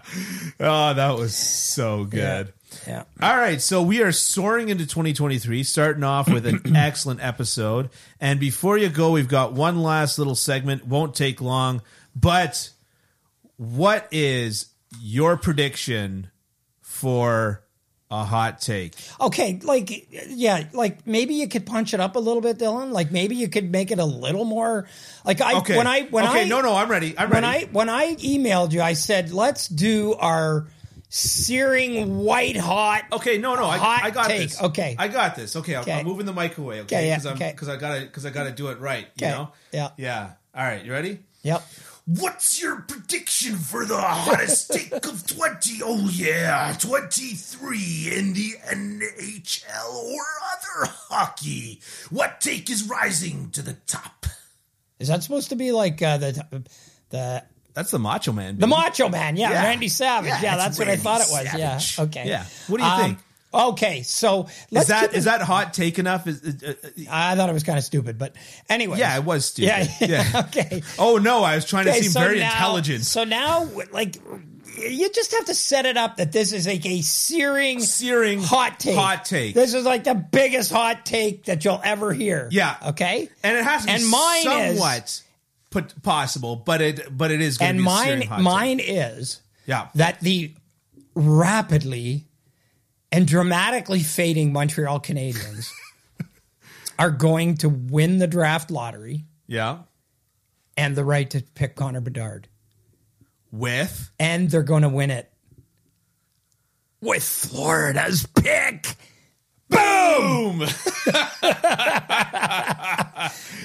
Speaker 1: that was so good.
Speaker 2: yeah.
Speaker 1: All right, so we are soaring into 2023, starting off with an excellent episode. And before you go, we've got one last little segment. Won't take long, but what is your prediction for a hot take?
Speaker 2: Okay, like yeah, like maybe you could punch it up a little bit, Dylan. Like maybe you could make it a little more. Like I
Speaker 1: Okay.
Speaker 2: when I when
Speaker 1: okay,
Speaker 2: I
Speaker 1: no, no, I'm ready. I'm
Speaker 2: when I
Speaker 1: ready.
Speaker 2: when I emailed you, I said let's do our searing white hot.
Speaker 1: okay, no, no, I,
Speaker 2: Hot
Speaker 1: I got
Speaker 2: take,
Speaker 1: this.
Speaker 2: okay.
Speaker 1: I got this. Okay, I'm,
Speaker 2: Okay.
Speaker 1: I'm moving the mic away.
Speaker 2: Okay,
Speaker 1: Okay,
Speaker 2: yeah,
Speaker 1: because
Speaker 2: okay.
Speaker 1: I gotta because I gotta do it right. You
Speaker 2: Okay,
Speaker 1: know.
Speaker 2: yeah.
Speaker 1: Yeah. All right. You ready?
Speaker 2: Yep.
Speaker 1: What's your prediction for the hottest take of 20? Oh, yeah, 23 in the NHL or other hockey. What take is rising to the top?
Speaker 2: Is that supposed to be like uh, the the
Speaker 1: That's the Macho Man.
Speaker 2: the Macho Man? Yeah,
Speaker 1: Yeah.
Speaker 2: Randy Savage.
Speaker 1: Yeah,
Speaker 2: Yeah,
Speaker 1: it's
Speaker 2: that's
Speaker 1: Randy
Speaker 2: what I thought it was.
Speaker 1: Savage.
Speaker 2: Yeah. Okay. Um,
Speaker 1: Yeah. What do you think?
Speaker 2: Okay, so let's
Speaker 1: is that
Speaker 2: keep
Speaker 1: is
Speaker 2: it-
Speaker 1: that hot take enough? Is, is- uh, uh,
Speaker 2: I thought it was kind of stupid, but anyway.
Speaker 1: yeah, it was stupid.
Speaker 2: Yeah, yeah. okay.
Speaker 1: Oh no, I was trying to
Speaker 2: Okay,
Speaker 1: seem
Speaker 2: so
Speaker 1: very
Speaker 2: now-
Speaker 1: intelligent.
Speaker 2: So now, like, you just have to set it up that this is like a searing,
Speaker 1: Searing
Speaker 2: hot take.
Speaker 1: hot take.
Speaker 2: This is like the biggest hot take that you'll ever hear.
Speaker 1: Yeah.
Speaker 2: Okay.
Speaker 1: and it has to be
Speaker 2: and mine is-
Speaker 1: somewhat put, possible, but it but it is going to
Speaker 2: And
Speaker 1: be a
Speaker 2: mine,
Speaker 1: searing hot take.
Speaker 2: mine is
Speaker 1: Yeah.
Speaker 2: that the rapidly and dramatically fading Montreal Canadiens are going to win the draft lottery
Speaker 1: yeah.
Speaker 2: and the right to pick Connor Bedard,
Speaker 1: With
Speaker 2: and they're going to win it with Florida's pick.
Speaker 1: boom.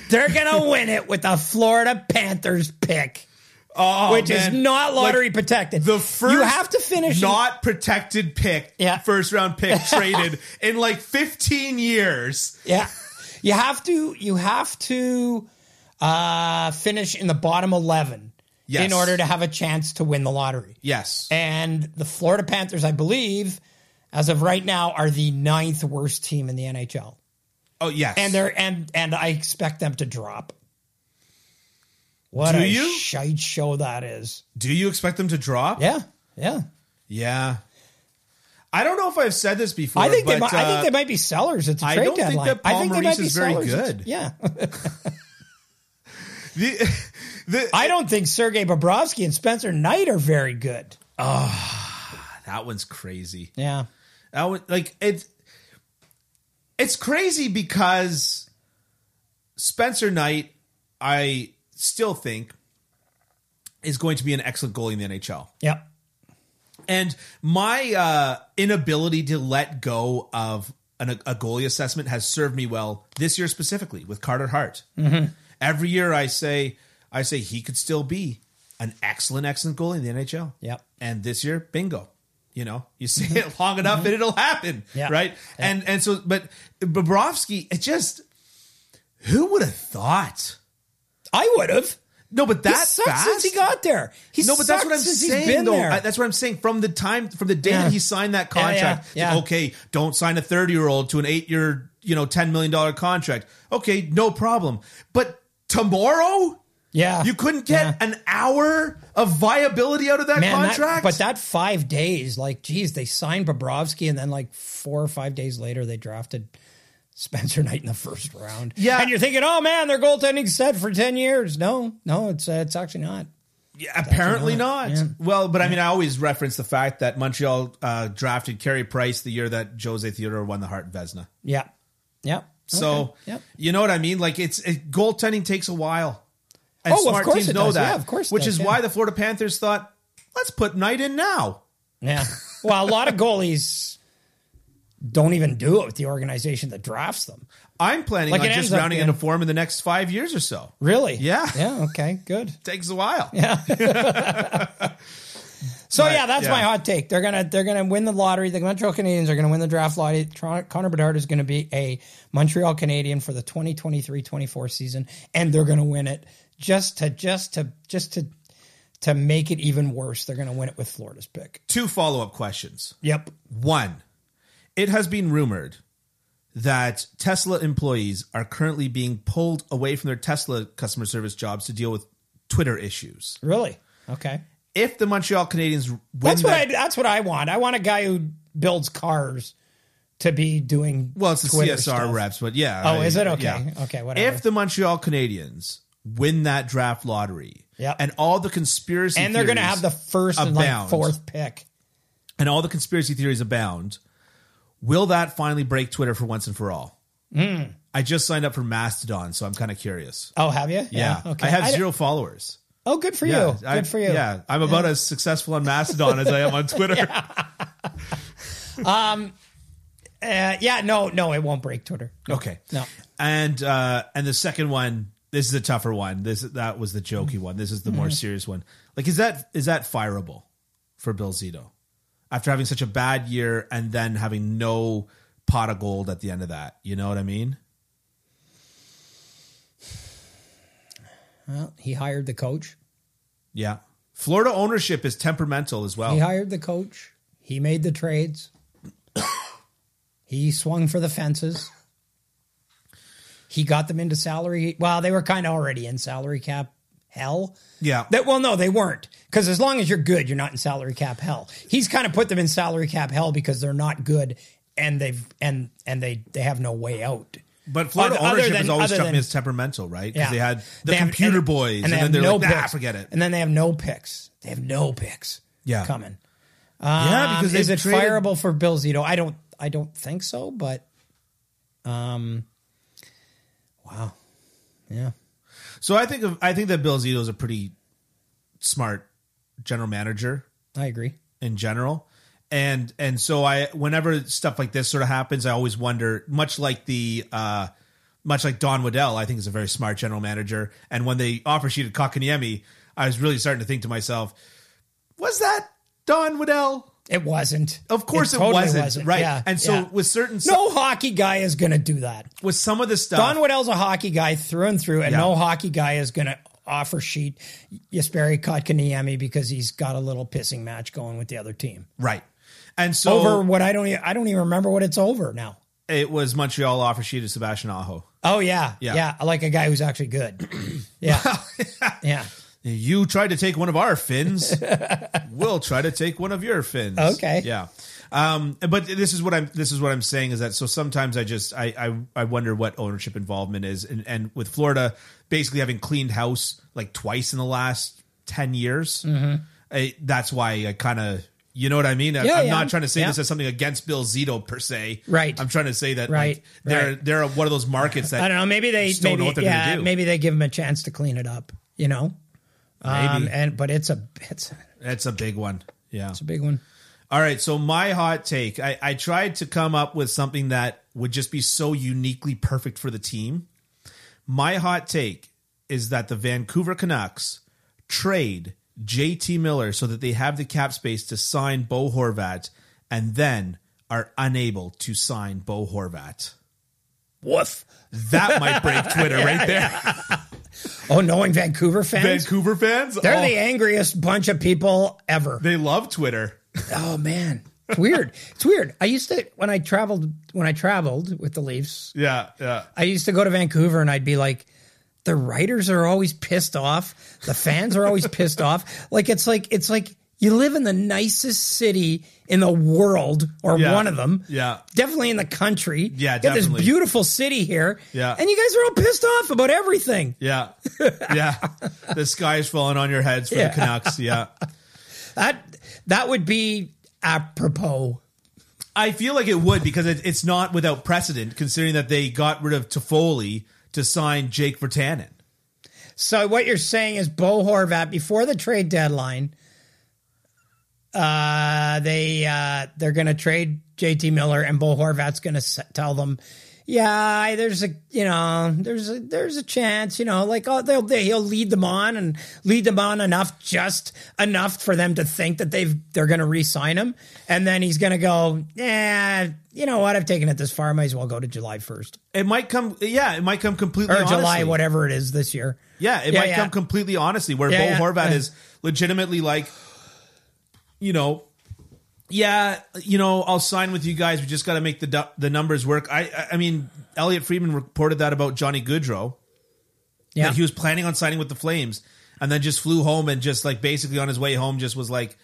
Speaker 2: They're gonna win it with the Florida Panthers pick,
Speaker 1: Oh,
Speaker 2: which is
Speaker 1: man.
Speaker 2: not lottery
Speaker 1: Like,
Speaker 2: protected.
Speaker 1: the first
Speaker 2: you have to finish.
Speaker 1: not protected pick,
Speaker 2: Yeah.
Speaker 1: first round pick traded in like 15 years.
Speaker 2: yeah, you have to. You have to uh, finish in the bottom eleven
Speaker 1: Yes.
Speaker 2: in order to have a chance to win the lottery.
Speaker 1: Yes.
Speaker 2: And the Florida Panthers, I believe, as of right now, are the ninth worst team in the NHL,
Speaker 1: oh yes.
Speaker 2: and they're and and I expect them to drop. What
Speaker 1: Do
Speaker 2: a
Speaker 1: you?
Speaker 2: shite show that is!
Speaker 1: Do you expect them to drop?
Speaker 2: Yeah, yeah.
Speaker 1: Yeah. I don't know if I've said this before.
Speaker 2: I think
Speaker 1: but,
Speaker 2: they might, I
Speaker 1: uh,
Speaker 2: think they might be sellers at the
Speaker 1: I
Speaker 2: trade
Speaker 1: don't think
Speaker 2: deadline.
Speaker 1: that
Speaker 2: I think they
Speaker 1: Palmieri
Speaker 2: might be
Speaker 1: is very
Speaker 2: sellers.
Speaker 1: good.
Speaker 2: yeah,
Speaker 1: the, the,
Speaker 2: I don't think Sergei Bobrovsky and Spencer Knight are very good.
Speaker 1: that one's crazy.
Speaker 2: Yeah,
Speaker 1: That one, like it's it's crazy because Spencer Knight, I still think, is going to be an excellent goalie in the NHL.
Speaker 2: yeah,
Speaker 1: And my uh, inability to let go of an, a goalie assessment has served me well this year specifically with Carter Hart.
Speaker 2: Mm-hmm.
Speaker 1: Every year I say, I say he could still be an excellent, excellent goalie in the NHL.
Speaker 2: Yep. Mm-hmm.
Speaker 1: And this year, bingo. You know, you say it long enough and it'll happen,
Speaker 2: Yeah.
Speaker 1: right? And and so, but Bobrovsky, it just who would have thought?
Speaker 2: I would have.
Speaker 1: No, but
Speaker 2: He
Speaker 1: that
Speaker 2: sucked
Speaker 1: fast
Speaker 2: since he got there. He
Speaker 1: no, but that's what I'm
Speaker 2: sucked since he's
Speaker 1: saying.
Speaker 2: been
Speaker 1: Though
Speaker 2: there.
Speaker 1: I- that's what I'm saying. From the time, from the day
Speaker 2: Yeah.
Speaker 1: that he signed that
Speaker 2: Yeah, yeah,
Speaker 1: contract,
Speaker 2: yeah.
Speaker 1: okay, don't sign a 30 year old to an eight year, you know, ten million dollar contract. Okay, no problem. But tomorrow,
Speaker 2: Yeah.
Speaker 1: You couldn't get an hour of viability out of that
Speaker 2: Man, that-
Speaker 1: contract.
Speaker 2: but that five days, like, geez, they signed Bobrovsky, and then like four or five days later, they drafted Spencer Knight in the first round.
Speaker 1: Yeah.
Speaker 2: and you're thinking, oh man, their goaltending's set for ten years. No, no, it's uh, it's actually not.
Speaker 1: Yeah, apparently not.
Speaker 2: not. Yeah.
Speaker 1: Well, but I mean, I always reference the fact that Montreal uh, drafted Carey Price the year that Jose Theodore won the Hart Vesna.
Speaker 2: Yeah, yeah.
Speaker 1: So
Speaker 2: Okay. Yep.
Speaker 1: you know what I mean? Like it's it, goaltending takes a while, and
Speaker 2: Oh, of
Speaker 1: smart
Speaker 2: course
Speaker 1: teams
Speaker 2: it
Speaker 1: know
Speaker 2: does.
Speaker 1: that.
Speaker 2: Yeah, of course it
Speaker 1: which
Speaker 2: does,
Speaker 1: is
Speaker 2: yeah.
Speaker 1: why the Florida Panthers thought, let's put Knight in now.
Speaker 2: Yeah. Well, a lot of goalies don't even do it with the organization that drafts them.
Speaker 1: I'm planning
Speaker 2: Like
Speaker 1: on
Speaker 2: it
Speaker 1: just
Speaker 2: ends up
Speaker 1: rounding
Speaker 2: being-
Speaker 1: into form in the next five years or so.
Speaker 2: Really?
Speaker 1: Yeah.
Speaker 2: Yeah. Okay. Good.
Speaker 1: Takes a while.
Speaker 2: So
Speaker 1: But,
Speaker 2: yeah, that's
Speaker 1: yeah.
Speaker 2: my hot take. They're gonna they're gonna win the lottery. The Montreal Canadiens are gonna win the draft lottery. Tron- Connor Bedard is gonna be a Montreal Canadian for the 2023-24 season, and they're gonna win it just to just to just to to make it even worse. They're gonna win it with Florida's pick.
Speaker 1: Two follow up questions.
Speaker 2: Yep.
Speaker 1: One, it has been rumored that Tesla employees are currently being pulled away from their Tesla customer service jobs to deal with Twitter issues.
Speaker 2: Really? Okay.
Speaker 1: If the Montreal Canadiens win,
Speaker 2: That's what I
Speaker 1: that-
Speaker 2: that's what I want. I want a guy who builds cars to be doing
Speaker 1: well, it's the
Speaker 2: Twitter
Speaker 1: CSR
Speaker 2: stuff.
Speaker 1: reps, but yeah.
Speaker 2: Oh,
Speaker 1: I-
Speaker 2: is it? Okay.
Speaker 1: yeah.
Speaker 2: Okay, whatever.
Speaker 1: If the Montreal Canadiens win that draft lottery,
Speaker 2: Yep.
Speaker 1: and all the conspiracy,
Speaker 2: and they're gonna
Speaker 1: theories-
Speaker 2: have the first and like
Speaker 1: abound.
Speaker 2: fourth pick.
Speaker 1: and all the conspiracy theories abound, will that finally break Twitter for once and for all?
Speaker 2: Hmm.
Speaker 1: I just signed up for Mastodon, so I'm kind of curious.
Speaker 2: Oh, have you?
Speaker 1: Yeah. I have zero followers.
Speaker 2: Oh, good for
Speaker 1: Yeah,
Speaker 2: you. Good
Speaker 1: I-
Speaker 2: for you.
Speaker 1: Yeah, I'm about as successful on Mastodon as I am on Twitter.
Speaker 2: Uh, yeah. No. No. It won't break Twitter.
Speaker 1: Okay.
Speaker 2: No.
Speaker 1: And uh, and the second one, this is a tougher one. This that was the jokey one. This is the
Speaker 2: Mm-hmm.
Speaker 1: more serious one. Like, is that is that fireable for Bill Zito after having such a bad year and then having no pot of gold at the end of that? You know what I mean?
Speaker 2: Well, he hired the coach.
Speaker 1: Yeah. Florida ownership is temperamental as well.
Speaker 2: He hired the coach. He made the trades. he swung for the fences. He got them into salary. Well, they were kind of already in salary cap hell.
Speaker 1: Yeah.
Speaker 2: That well, no, they weren't. Because as long as you're good, you're not in salary cap hell. He's kind of put them in salary cap hell because they're not good and they've and and they they have no way out.
Speaker 1: But Florida
Speaker 2: Other- other
Speaker 1: ownership
Speaker 2: than-
Speaker 1: has always
Speaker 2: other
Speaker 1: struck me
Speaker 2: than-
Speaker 1: as temperamental, right? Because
Speaker 2: Yeah.
Speaker 1: they had the
Speaker 2: They have-
Speaker 1: computer boys, and,
Speaker 2: they
Speaker 1: then
Speaker 2: have
Speaker 1: they're
Speaker 2: no
Speaker 1: like, nah,
Speaker 2: picks.
Speaker 1: forget it.
Speaker 2: And then they have no picks. They have no picks.
Speaker 1: Yeah.
Speaker 2: coming.
Speaker 1: yeah,
Speaker 2: Um,
Speaker 1: because
Speaker 2: is
Speaker 1: they've
Speaker 2: it
Speaker 1: traded-
Speaker 2: fireable for Bill Zito? I don't. I don't think so. But, um, wow, yeah,
Speaker 1: So I think of I think that Bill Zito is a pretty smart general manager
Speaker 2: I agree.
Speaker 1: in general. And and so I whenever stuff like this sort of happens, I always wonder, much like the uh much like Don Waddell, I think is a very smart general manager. And when they offer sheeted Kakaniemi, I was really starting to think to myself, was that Don Waddell?
Speaker 2: It wasn't.
Speaker 1: Of course it,
Speaker 2: totally
Speaker 1: wasn't, Right.
Speaker 2: Yeah,
Speaker 1: and so
Speaker 2: yeah.
Speaker 1: with certain
Speaker 2: no hockey guy is going to do that.
Speaker 1: with some of the stuff
Speaker 2: Don Waddell's a hockey guy through and through, and
Speaker 1: Yeah.
Speaker 2: no hockey guy is going to offer sheet Jesperi Kotkaniemi because he's got a little pissing match going with the other team
Speaker 1: Right. And so
Speaker 2: over what I don't. e- I don't even remember what it's over now.
Speaker 1: it was Montreal offer sheet of Sebastian Aho.
Speaker 2: Oh yeah,
Speaker 1: Yeah.
Speaker 2: yeah, I like a guy who's actually good. Yeah, yeah.
Speaker 1: You tried to take one of our fins. we'll try to take one of your fins.
Speaker 2: Okay.
Speaker 1: Yeah. Um, but this is what I'm this is what I'm saying is that so sometimes I just I I, I wonder what ownership involvement is and, and with Florida basically having cleaned house like twice in the last ten years, I, that's why I kind of you know what I mean. I,
Speaker 2: Mm-hmm. Yeah,
Speaker 1: I'm
Speaker 2: yeah.
Speaker 1: not trying to say
Speaker 2: Yeah.
Speaker 1: this as something against Bill Zito per se.
Speaker 2: Right.
Speaker 1: I'm trying to say that like
Speaker 2: Right,
Speaker 1: they're
Speaker 2: right.
Speaker 1: they're one of those markets that
Speaker 2: I don't know. Maybe they
Speaker 1: Just don't
Speaker 2: maybe
Speaker 1: know what they're gonna
Speaker 2: yeah
Speaker 1: do.
Speaker 2: maybe they give him a chance to clean it up. You know, um, and but it's a it's,
Speaker 1: that's a big one. Yeah.
Speaker 2: it's a big one.
Speaker 1: All right, so my hot take. I, I tried to come up with something that would just be so uniquely perfect for the team. My hot take is that the Vancouver Canucks trade JT Miller so that they have the cap space to sign Bo Horvat and then are unable to sign Bo Horvat.
Speaker 2: Woof.
Speaker 1: That might break Twitter right there.
Speaker 2: Oh, knowing Vancouver fans,
Speaker 1: Vancouver fans,
Speaker 2: they're
Speaker 1: oh,
Speaker 2: the angriest bunch of people ever.
Speaker 1: they love Twitter.
Speaker 2: Oh man, it's weird. it's weird. I used to when I traveled when I traveled with the Leafs.
Speaker 1: Yeah, yeah.
Speaker 2: I used to go to Vancouver and I'd be like, the writers are always pissed off. The fans are always pissed off. Like it's like it's like you live in the nicest city in the world, or
Speaker 1: Yeah.
Speaker 2: one of them.
Speaker 1: Yeah.
Speaker 2: definitely in the country.
Speaker 1: Yeah,
Speaker 2: You got
Speaker 1: definitely.
Speaker 2: this beautiful city here.
Speaker 1: Yeah.
Speaker 2: and you guys are all pissed off about everything.
Speaker 1: Yeah. Yeah. the sky is falling on your heads for
Speaker 2: Yeah.
Speaker 1: the Canucks. Yeah.
Speaker 2: That that would be apropos.
Speaker 1: I feel like it would because it, it's not without precedent considering that they got rid of Toffoli to sign Jake Vertanen.
Speaker 2: So what you're saying is Bo Horvat before the trade deadline, uh, they uh, they're going to trade JT Miller and Bo Horvat's going to tell them, yeah, there's a you know there's a there's a chance you know like oh they'll they, he'll lead them on and lead them on enough just enough for them to think that they've they're going to re-sign him and then he's going to go yeah you know what I've taken it this far I might as well go to July first
Speaker 1: It might come, yeah, it might come completely
Speaker 2: or
Speaker 1: honestly.
Speaker 2: July whatever it is this year
Speaker 1: Yeah, it
Speaker 2: Yeah,
Speaker 1: might
Speaker 2: yeah.
Speaker 1: come completely honestly, where
Speaker 2: Yeah,
Speaker 1: Bo
Speaker 2: yeah.
Speaker 1: Horvat
Speaker 2: Yeah.
Speaker 1: is legitimately like, you know, yeah, you know, I'll sign with you guys. We just got to make the du- the numbers work. I, I, I mean, Elliot Friedman reported that about Johnny Goodrow
Speaker 2: yeah
Speaker 1: that he was planning on signing with the Flames, and then just flew home and just like basically on his way home just was like,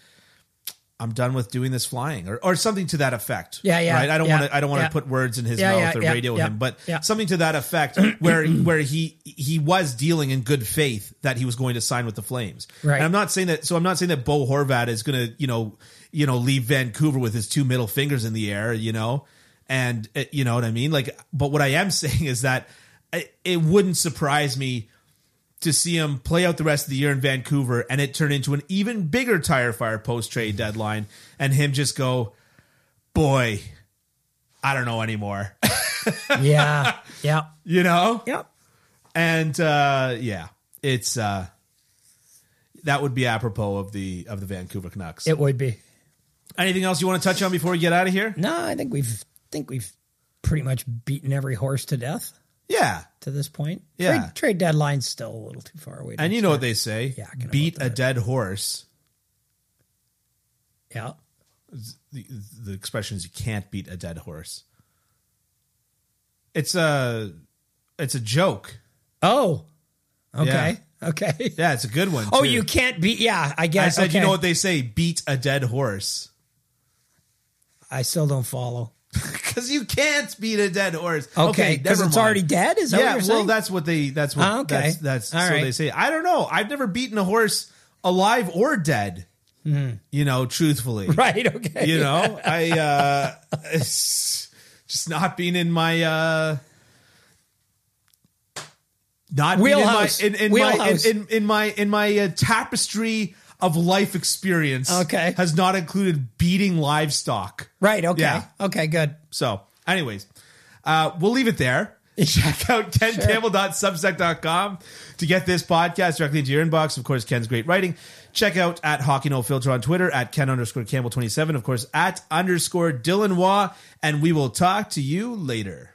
Speaker 1: I'm done with doing this flying or, or something to that effect.
Speaker 2: Yeah, yeah,
Speaker 1: Right? I don't
Speaker 2: yeah,
Speaker 1: want to. I don't want to
Speaker 2: yeah.
Speaker 1: put words in his
Speaker 2: Yeah,
Speaker 1: mouth
Speaker 2: yeah,
Speaker 1: or
Speaker 2: yeah,
Speaker 1: radio
Speaker 2: yeah,
Speaker 1: him, but
Speaker 2: yeah.
Speaker 1: something to that effect, where where he he was dealing in good faith that he was going to sign with the Flames.
Speaker 2: Right.
Speaker 1: And I'm not saying that. So I'm not saying that Bo Horvat is going to you know you know leave Vancouver with his two middle fingers in the air. You know, and uh, you know what I mean. Like, but what I am saying is that it, it wouldn't surprise me to see him play out the rest of the year in Vancouver and it turn into an even bigger tire fire post trade deadline and him just go, boy, I don't know anymore.
Speaker 2: yeah yeah.
Speaker 1: you know?
Speaker 2: Yep.
Speaker 1: And uh yeah, it's uh that would be apropos of the of the Vancouver Canucks.
Speaker 2: It would be.
Speaker 1: Anything else you want to touch on before we get out of here?
Speaker 2: No, I think we've think we've pretty much beaten every horse to death
Speaker 1: Yeah.
Speaker 2: to this point.
Speaker 1: Yeah.
Speaker 2: Trade, trade deadline's still a little too far away. to-
Speaker 1: And you know what they say.
Speaker 2: Yeah, I can
Speaker 1: Beat
Speaker 2: about
Speaker 1: a dead horse.
Speaker 2: yeah.
Speaker 1: The, the expression is you can't beat a dead horse. It's a it's a joke.
Speaker 2: Oh. Okay. Okay.
Speaker 1: Yeah, it's a good one.
Speaker 2: Oh,
Speaker 1: too.
Speaker 2: you can't be. Yeah, I guess.
Speaker 1: I said,
Speaker 2: okay.
Speaker 1: you know what they say: beat a dead horse,
Speaker 2: I still don't follow.
Speaker 1: because you can't beat a dead horse.
Speaker 2: Okay,
Speaker 1: never
Speaker 2: because it's
Speaker 1: mind.
Speaker 2: already dead. Is that
Speaker 1: yeah,
Speaker 2: what
Speaker 1: well,
Speaker 2: you're saying?
Speaker 1: that's what they. That's what.
Speaker 2: Ah, okay.
Speaker 1: That's, that's
Speaker 2: All
Speaker 1: so
Speaker 2: right.
Speaker 1: they say. I don't know. I've never beaten a horse alive or dead. You know, truthfully,
Speaker 2: Hmm. right. Okay.
Speaker 1: you know, I uh, it's just not being in my uh, not being
Speaker 2: Wheelhouse.
Speaker 1: in my in, in
Speaker 2: Wheelhouse.
Speaker 1: my in, in, in my in my uh, tapestry of life experience.
Speaker 2: Okay.
Speaker 1: has not included beating livestock.
Speaker 2: Right. Okay.
Speaker 1: Yeah.
Speaker 2: Okay. Good.
Speaker 1: So, anyways, uh, we'll leave it there. Check out kencampbell.substack.com to get this podcast directly into your inbox. Of course, Ken's great writing. Check out at Hockey No Filter on Twitter, at Ken underscore Campbell27, of course, at underscore Dylan Waugh, and we will talk to you later.